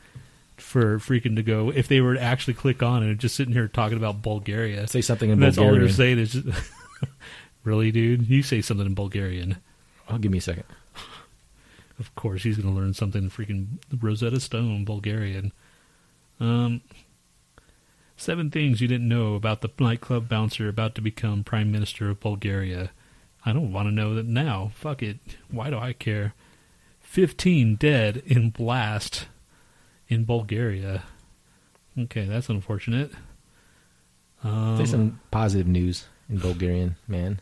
Speaker 2: for freaking to go. If they were to actually click on and just sitting here talking about Bulgaria,
Speaker 3: Say something in
Speaker 2: and that's all
Speaker 3: Bulgarian.
Speaker 2: they're saying is, just, <laughs> really, dude, you say something in Bulgarian.
Speaker 3: oh, give me a second.
Speaker 2: Of course, he's going to learn something in freaking Rosetta Stone Bulgarian. Um, seven things you didn't know about the nightclub bouncer about to become prime minister of Bulgaria. I don't want to know that now. Fuck it. Why do I care? Fifteen dead in blast in Bulgaria. Okay, that's unfortunate. Um,
Speaker 3: Say some positive news in Bulgarian, man.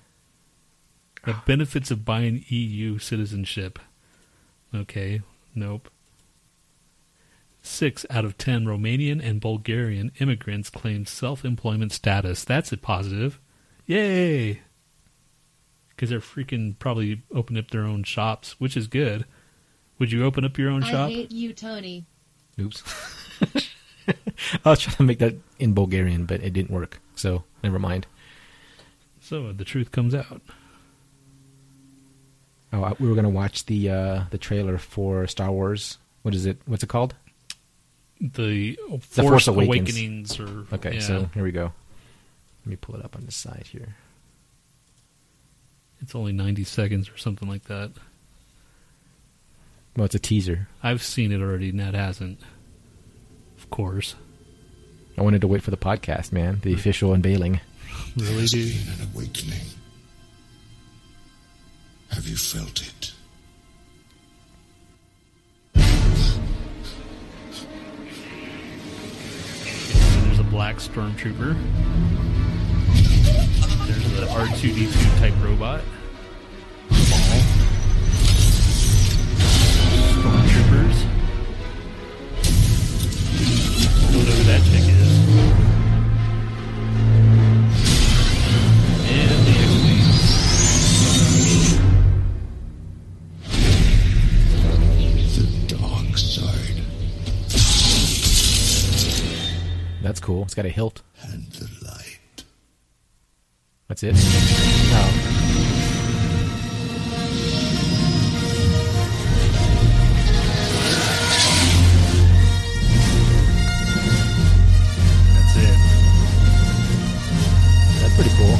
Speaker 2: The benefits of buying EU citizenship. Okay, nope. Six out of ten Romanian and Bulgarian immigrants claim self employment status. That's a positive. Yay! Because they're freaking probably opening up their own shops, which is good. Would you open up your own
Speaker 11: I
Speaker 2: shop?
Speaker 11: hate you, Tony.
Speaker 2: <laughs>
Speaker 3: Oops. <laughs> I was trying to make that in Bulgarian, but it didn't work. So never mind.
Speaker 2: So uh, the truth comes out.
Speaker 3: Oh, I- we were gonna watch the uh, the trailer for Star Wars. What is it? What's it called?
Speaker 2: The Force,
Speaker 3: The Force Awakens.
Speaker 2: Awakenings, or
Speaker 3: okay,
Speaker 2: yeah.
Speaker 3: so here we go. Let me pull it up on the side here.
Speaker 2: it's only ninety seconds or something like that.
Speaker 3: Well, it's a teaser.
Speaker 2: I've seen it already. Nat hasn't, of course.
Speaker 3: I wanted to wait for the podcast, man.
Speaker 2: Hmm.
Speaker 3: The official unveiling.
Speaker 2: Really, dude?
Speaker 12: an awakening. Have you felt it?
Speaker 2: There's a black stormtrooper. There's the R2D2 type robot. Stormtroopers. Whatever that chick is. And the X-Wing.
Speaker 12: The dark side
Speaker 3: That's cool. It's got a hilt.
Speaker 12: and the light.
Speaker 3: That's it. Oh.
Speaker 2: That's it.
Speaker 3: That's pretty cool.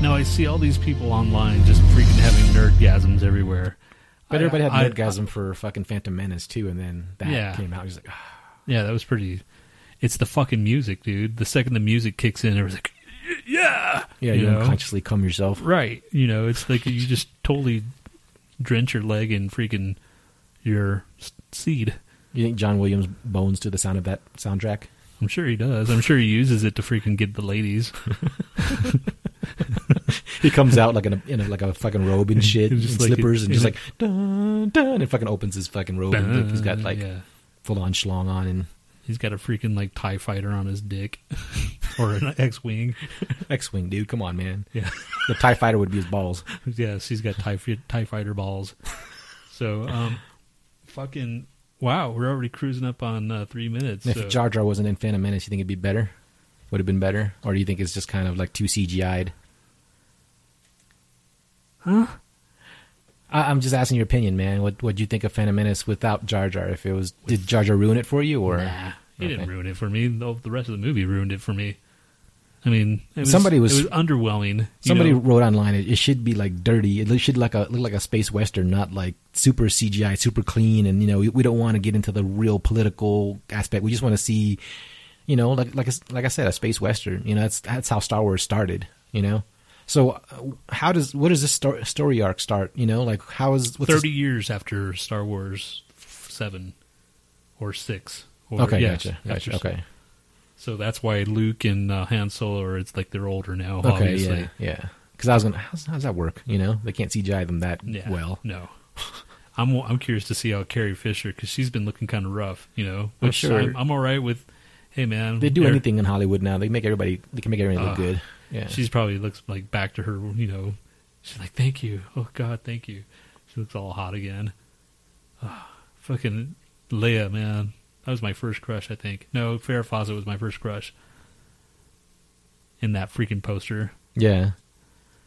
Speaker 2: Now I see all these people online just freaking having nerdgasms everywhere.
Speaker 3: But everybody had
Speaker 2: I- I-
Speaker 3: nerdgasm for fucking Phantom Menace too, and then that
Speaker 2: Yeah.
Speaker 3: came out. He's like, "Ah,
Speaker 2: Yeah, that was pretty. It's the fucking music, dude. The second the music kicks in, everyone's like, yeah,
Speaker 3: yeah, you, unconsciously come yourself.
Speaker 2: right? You know, it's like you just totally drench your leg in freaking your s- seed.
Speaker 3: You think John Williams bones to the sound of that soundtrack?
Speaker 2: I'm sure he does. I'm sure he uses it to freaking get the ladies.
Speaker 3: He comes out like in a, in a like a fucking
Speaker 2: <laughs>
Speaker 3: robe and shit,
Speaker 2: Just
Speaker 3: and
Speaker 2: like
Speaker 3: slippers,
Speaker 2: it-
Speaker 3: and just
Speaker 2: it's
Speaker 3: like dun dun, and fucking opens his fucking robe, and <laughs> he's got
Speaker 2: Dun,
Speaker 3: like
Speaker 2: yeah.
Speaker 3: full on schlong on, and
Speaker 2: He's got a freaking like Tie Fighter on his
Speaker 3: <laughs>
Speaker 2: dick, or an X-wing.
Speaker 3: X-wing, dude, come on, man.
Speaker 2: <laughs> Yeah.
Speaker 3: the Tie Fighter would be his balls.
Speaker 2: yes, he's got tie, fi- tie fighter balls. So, um, fucking wow, we're already cruising up on uh, three minutes.
Speaker 3: And
Speaker 2: so-
Speaker 3: If Jar Jar wasn't in Phantom Menace, you think it'd be better? Would have been better, or do you think it's just kind of like too CGI'd?
Speaker 2: Huh?
Speaker 3: I, I'm just asking your opinion, man. What What do you think of Phantom Menace without Jar Jar? If it was, did Jar Jar ruin it for you, or
Speaker 2: He didn't
Speaker 3: Okay.
Speaker 2: ruin it for me. The, the rest of the movie ruined it for me. I mean, it was,
Speaker 3: Somebody was-
Speaker 2: it was underwhelming. you
Speaker 3: Somebody
Speaker 2: know?
Speaker 3: wrote online it, it should be like dirty. It should like a look like a space western, not like super CGI, super clean. And you know, we, we don't want to get into the real political aspect. We just want to see, you know, like like I- like I said, a space western. You know, that's that's how Star Wars started. You know, so uh, how does what does this stor- story arc start? You know, like how is what's this-
Speaker 2: thirty years after Star Wars seven or six. Or,
Speaker 3: Okay,
Speaker 2: yes,
Speaker 3: gotcha, gotcha,
Speaker 2: after-
Speaker 3: okay.
Speaker 2: So that's why Luke and uh, Han Solo are. It's like they're older now.
Speaker 3: Okay,
Speaker 2: obviously.
Speaker 3: yeah, yeah. Because I was gonna, how's, how's that work? You know, they can't CGI them that
Speaker 2: Yeah.
Speaker 3: well.
Speaker 2: No. <laughs> I'm I'm curious to see how Carrie Fisher because she's been looking kind of rough, you know.
Speaker 3: I'm
Speaker 2: Which
Speaker 3: Oh, sure-
Speaker 2: I'm, I'm all right with. Hey man,
Speaker 3: They do
Speaker 2: they're-
Speaker 3: anything in Hollywood now. They make everybody. They can make everything
Speaker 2: uh,
Speaker 3: look good. Yeah.
Speaker 2: she's probably looks like back to her, you know. She's like, "Thank you, oh God, thank you." She looks all hot again. Ah, fucking Leia, man, that was my first crush. I think no, Farrah Fawcett was my first crush. In that freaking poster,
Speaker 3: Yeah.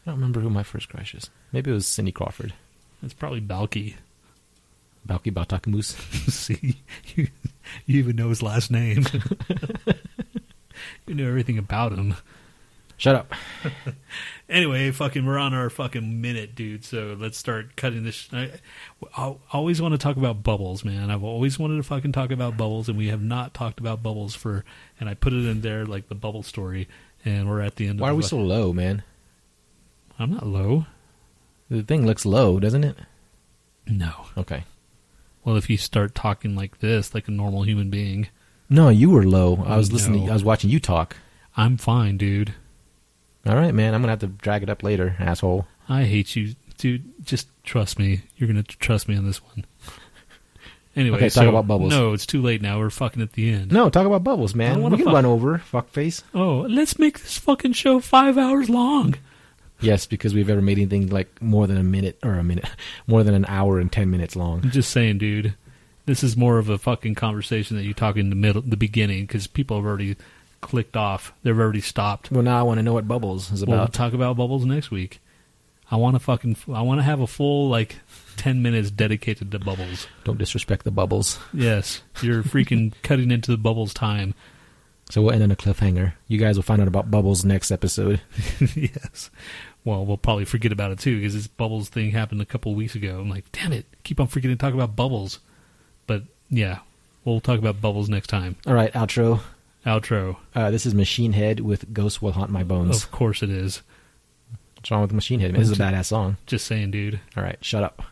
Speaker 3: I don't remember who my first crush is. Maybe it was Cindy Crawford.
Speaker 2: it's probably Balky. <laughs>
Speaker 3: Balki Baltakamus.
Speaker 2: See, you, you even know his last name. <laughs> you know everything about him.
Speaker 3: Shut up.
Speaker 2: Anyway, fucking, we're on our fucking minute, dude. So let's start cutting this. Sh- I, I always want to talk about bubbles, man. I've always wanted to fucking talk about bubbles, and we have not talked about bubbles for. And I put it in there like the bubble story, and we're at the end.
Speaker 3: Why
Speaker 2: of
Speaker 3: are we
Speaker 2: the-
Speaker 3: so low, man?
Speaker 2: I'm not low.
Speaker 3: The thing looks low, doesn't it?
Speaker 2: No.
Speaker 3: Okay.
Speaker 2: Well, if you start talking like this, like a normal human being,
Speaker 3: No, you were low. I was listening.
Speaker 2: No.
Speaker 3: I was watching you talk.
Speaker 2: I'm fine, dude.
Speaker 3: All right, man. I'm gonna have to drag it up later, asshole.
Speaker 2: I hate you, dude. Just trust me. You're gonna t- trust me on this one. <laughs> Anyway,
Speaker 3: Okay, talk
Speaker 2: so-
Speaker 3: about bubbles.
Speaker 2: No, it's too late now. We're fucking at the end.
Speaker 3: No, talk about bubbles, man.
Speaker 2: don't
Speaker 3: We
Speaker 2: wanna
Speaker 3: can
Speaker 2: fuck-
Speaker 3: run over, fuckface.
Speaker 2: Oh, let's make this fucking show five hours long.
Speaker 3: Yes, because we've ever made anything like more than a minute or a minute, <laughs> more than an hour and ten minutes long.
Speaker 2: I'm just saying, dude. This is more of a fucking conversation that you talk in the middle, the beginning, because people have already clicked off. They've already stopped.
Speaker 3: Well, now I want to know what Bubbles is
Speaker 2: We'll
Speaker 3: about.
Speaker 2: talk about bubbles next week. I want to fucking. I want to have a full like ten minutes dedicated to bubbles.
Speaker 3: Don't disrespect the Bubbles.
Speaker 2: Yes, you're freaking <laughs> cutting into the bubbles time.
Speaker 3: So we'll end on a cliffhanger. You guys will find out about Bubbles next episode.
Speaker 2: <laughs> yes. Well, we'll probably forget about it too because this bubbles thing happened a couple weeks ago. I'm like, damn it, keep on forgetting to talk about bubbles. But yeah, we'll talk about bubbles next time.
Speaker 3: All right, outro.
Speaker 2: Outro.
Speaker 3: Uh, this is Machine Head with Ghosts Will Haunt My Bones.
Speaker 2: Of course it is.
Speaker 3: What's wrong with Machine Head? Man, this is a badass song.
Speaker 2: Just saying, dude.
Speaker 3: All right, shut up.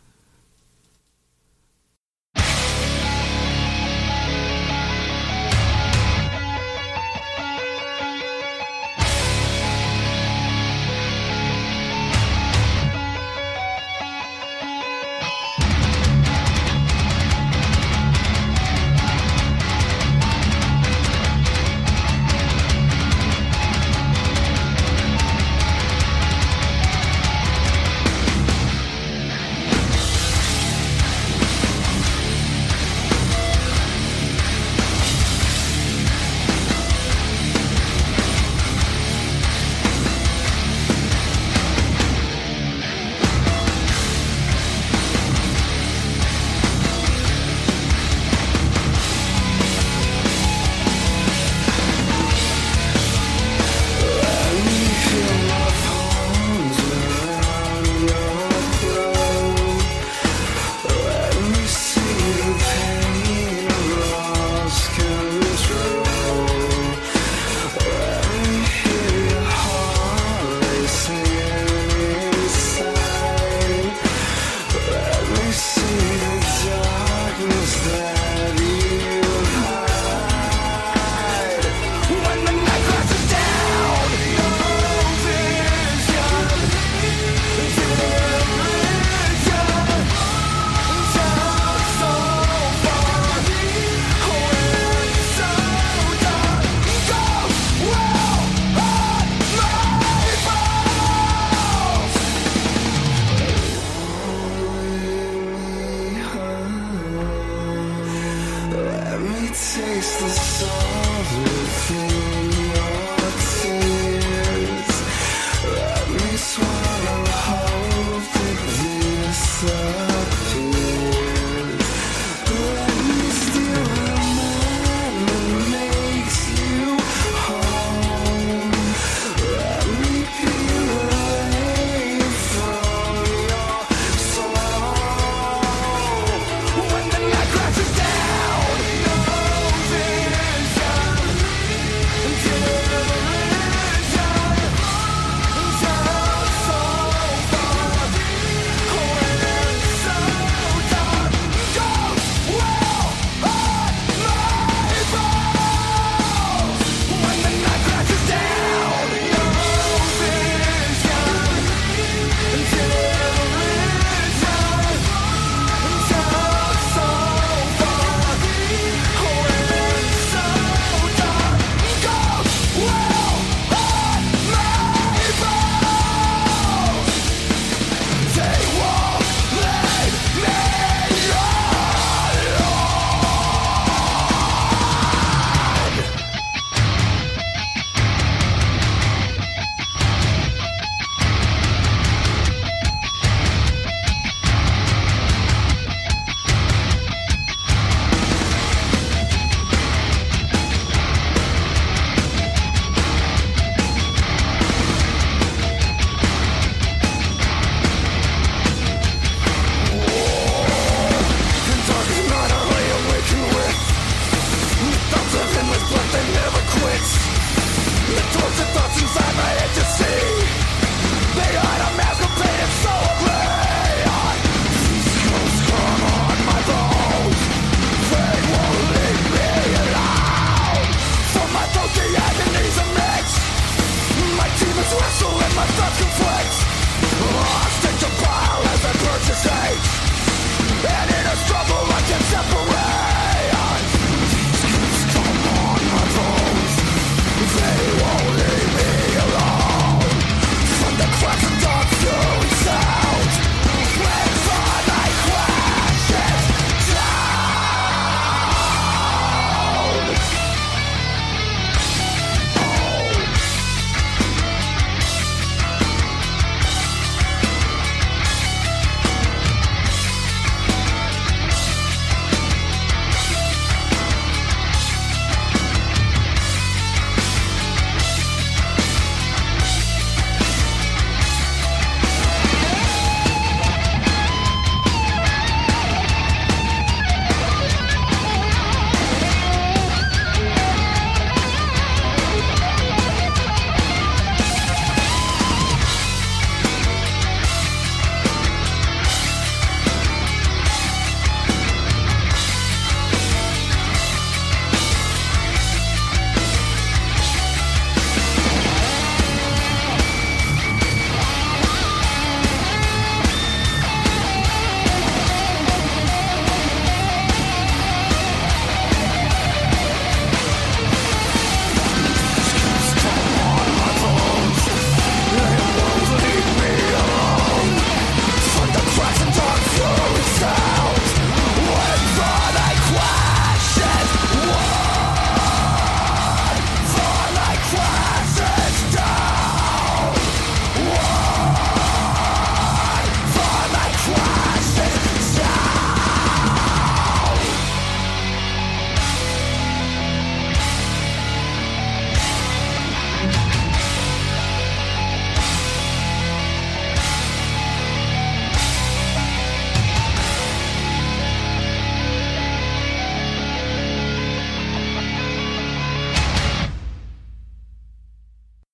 Speaker 11: Let me taste the salt within your tears. Let me swallow hope that disappears. Let me steal a man that makes you home. Let me peel away from your soul. When the night crashes down. Wrestle and my thoughts conflict. Oh, I stick to pile as I purchase hate. And in a struggle I can separate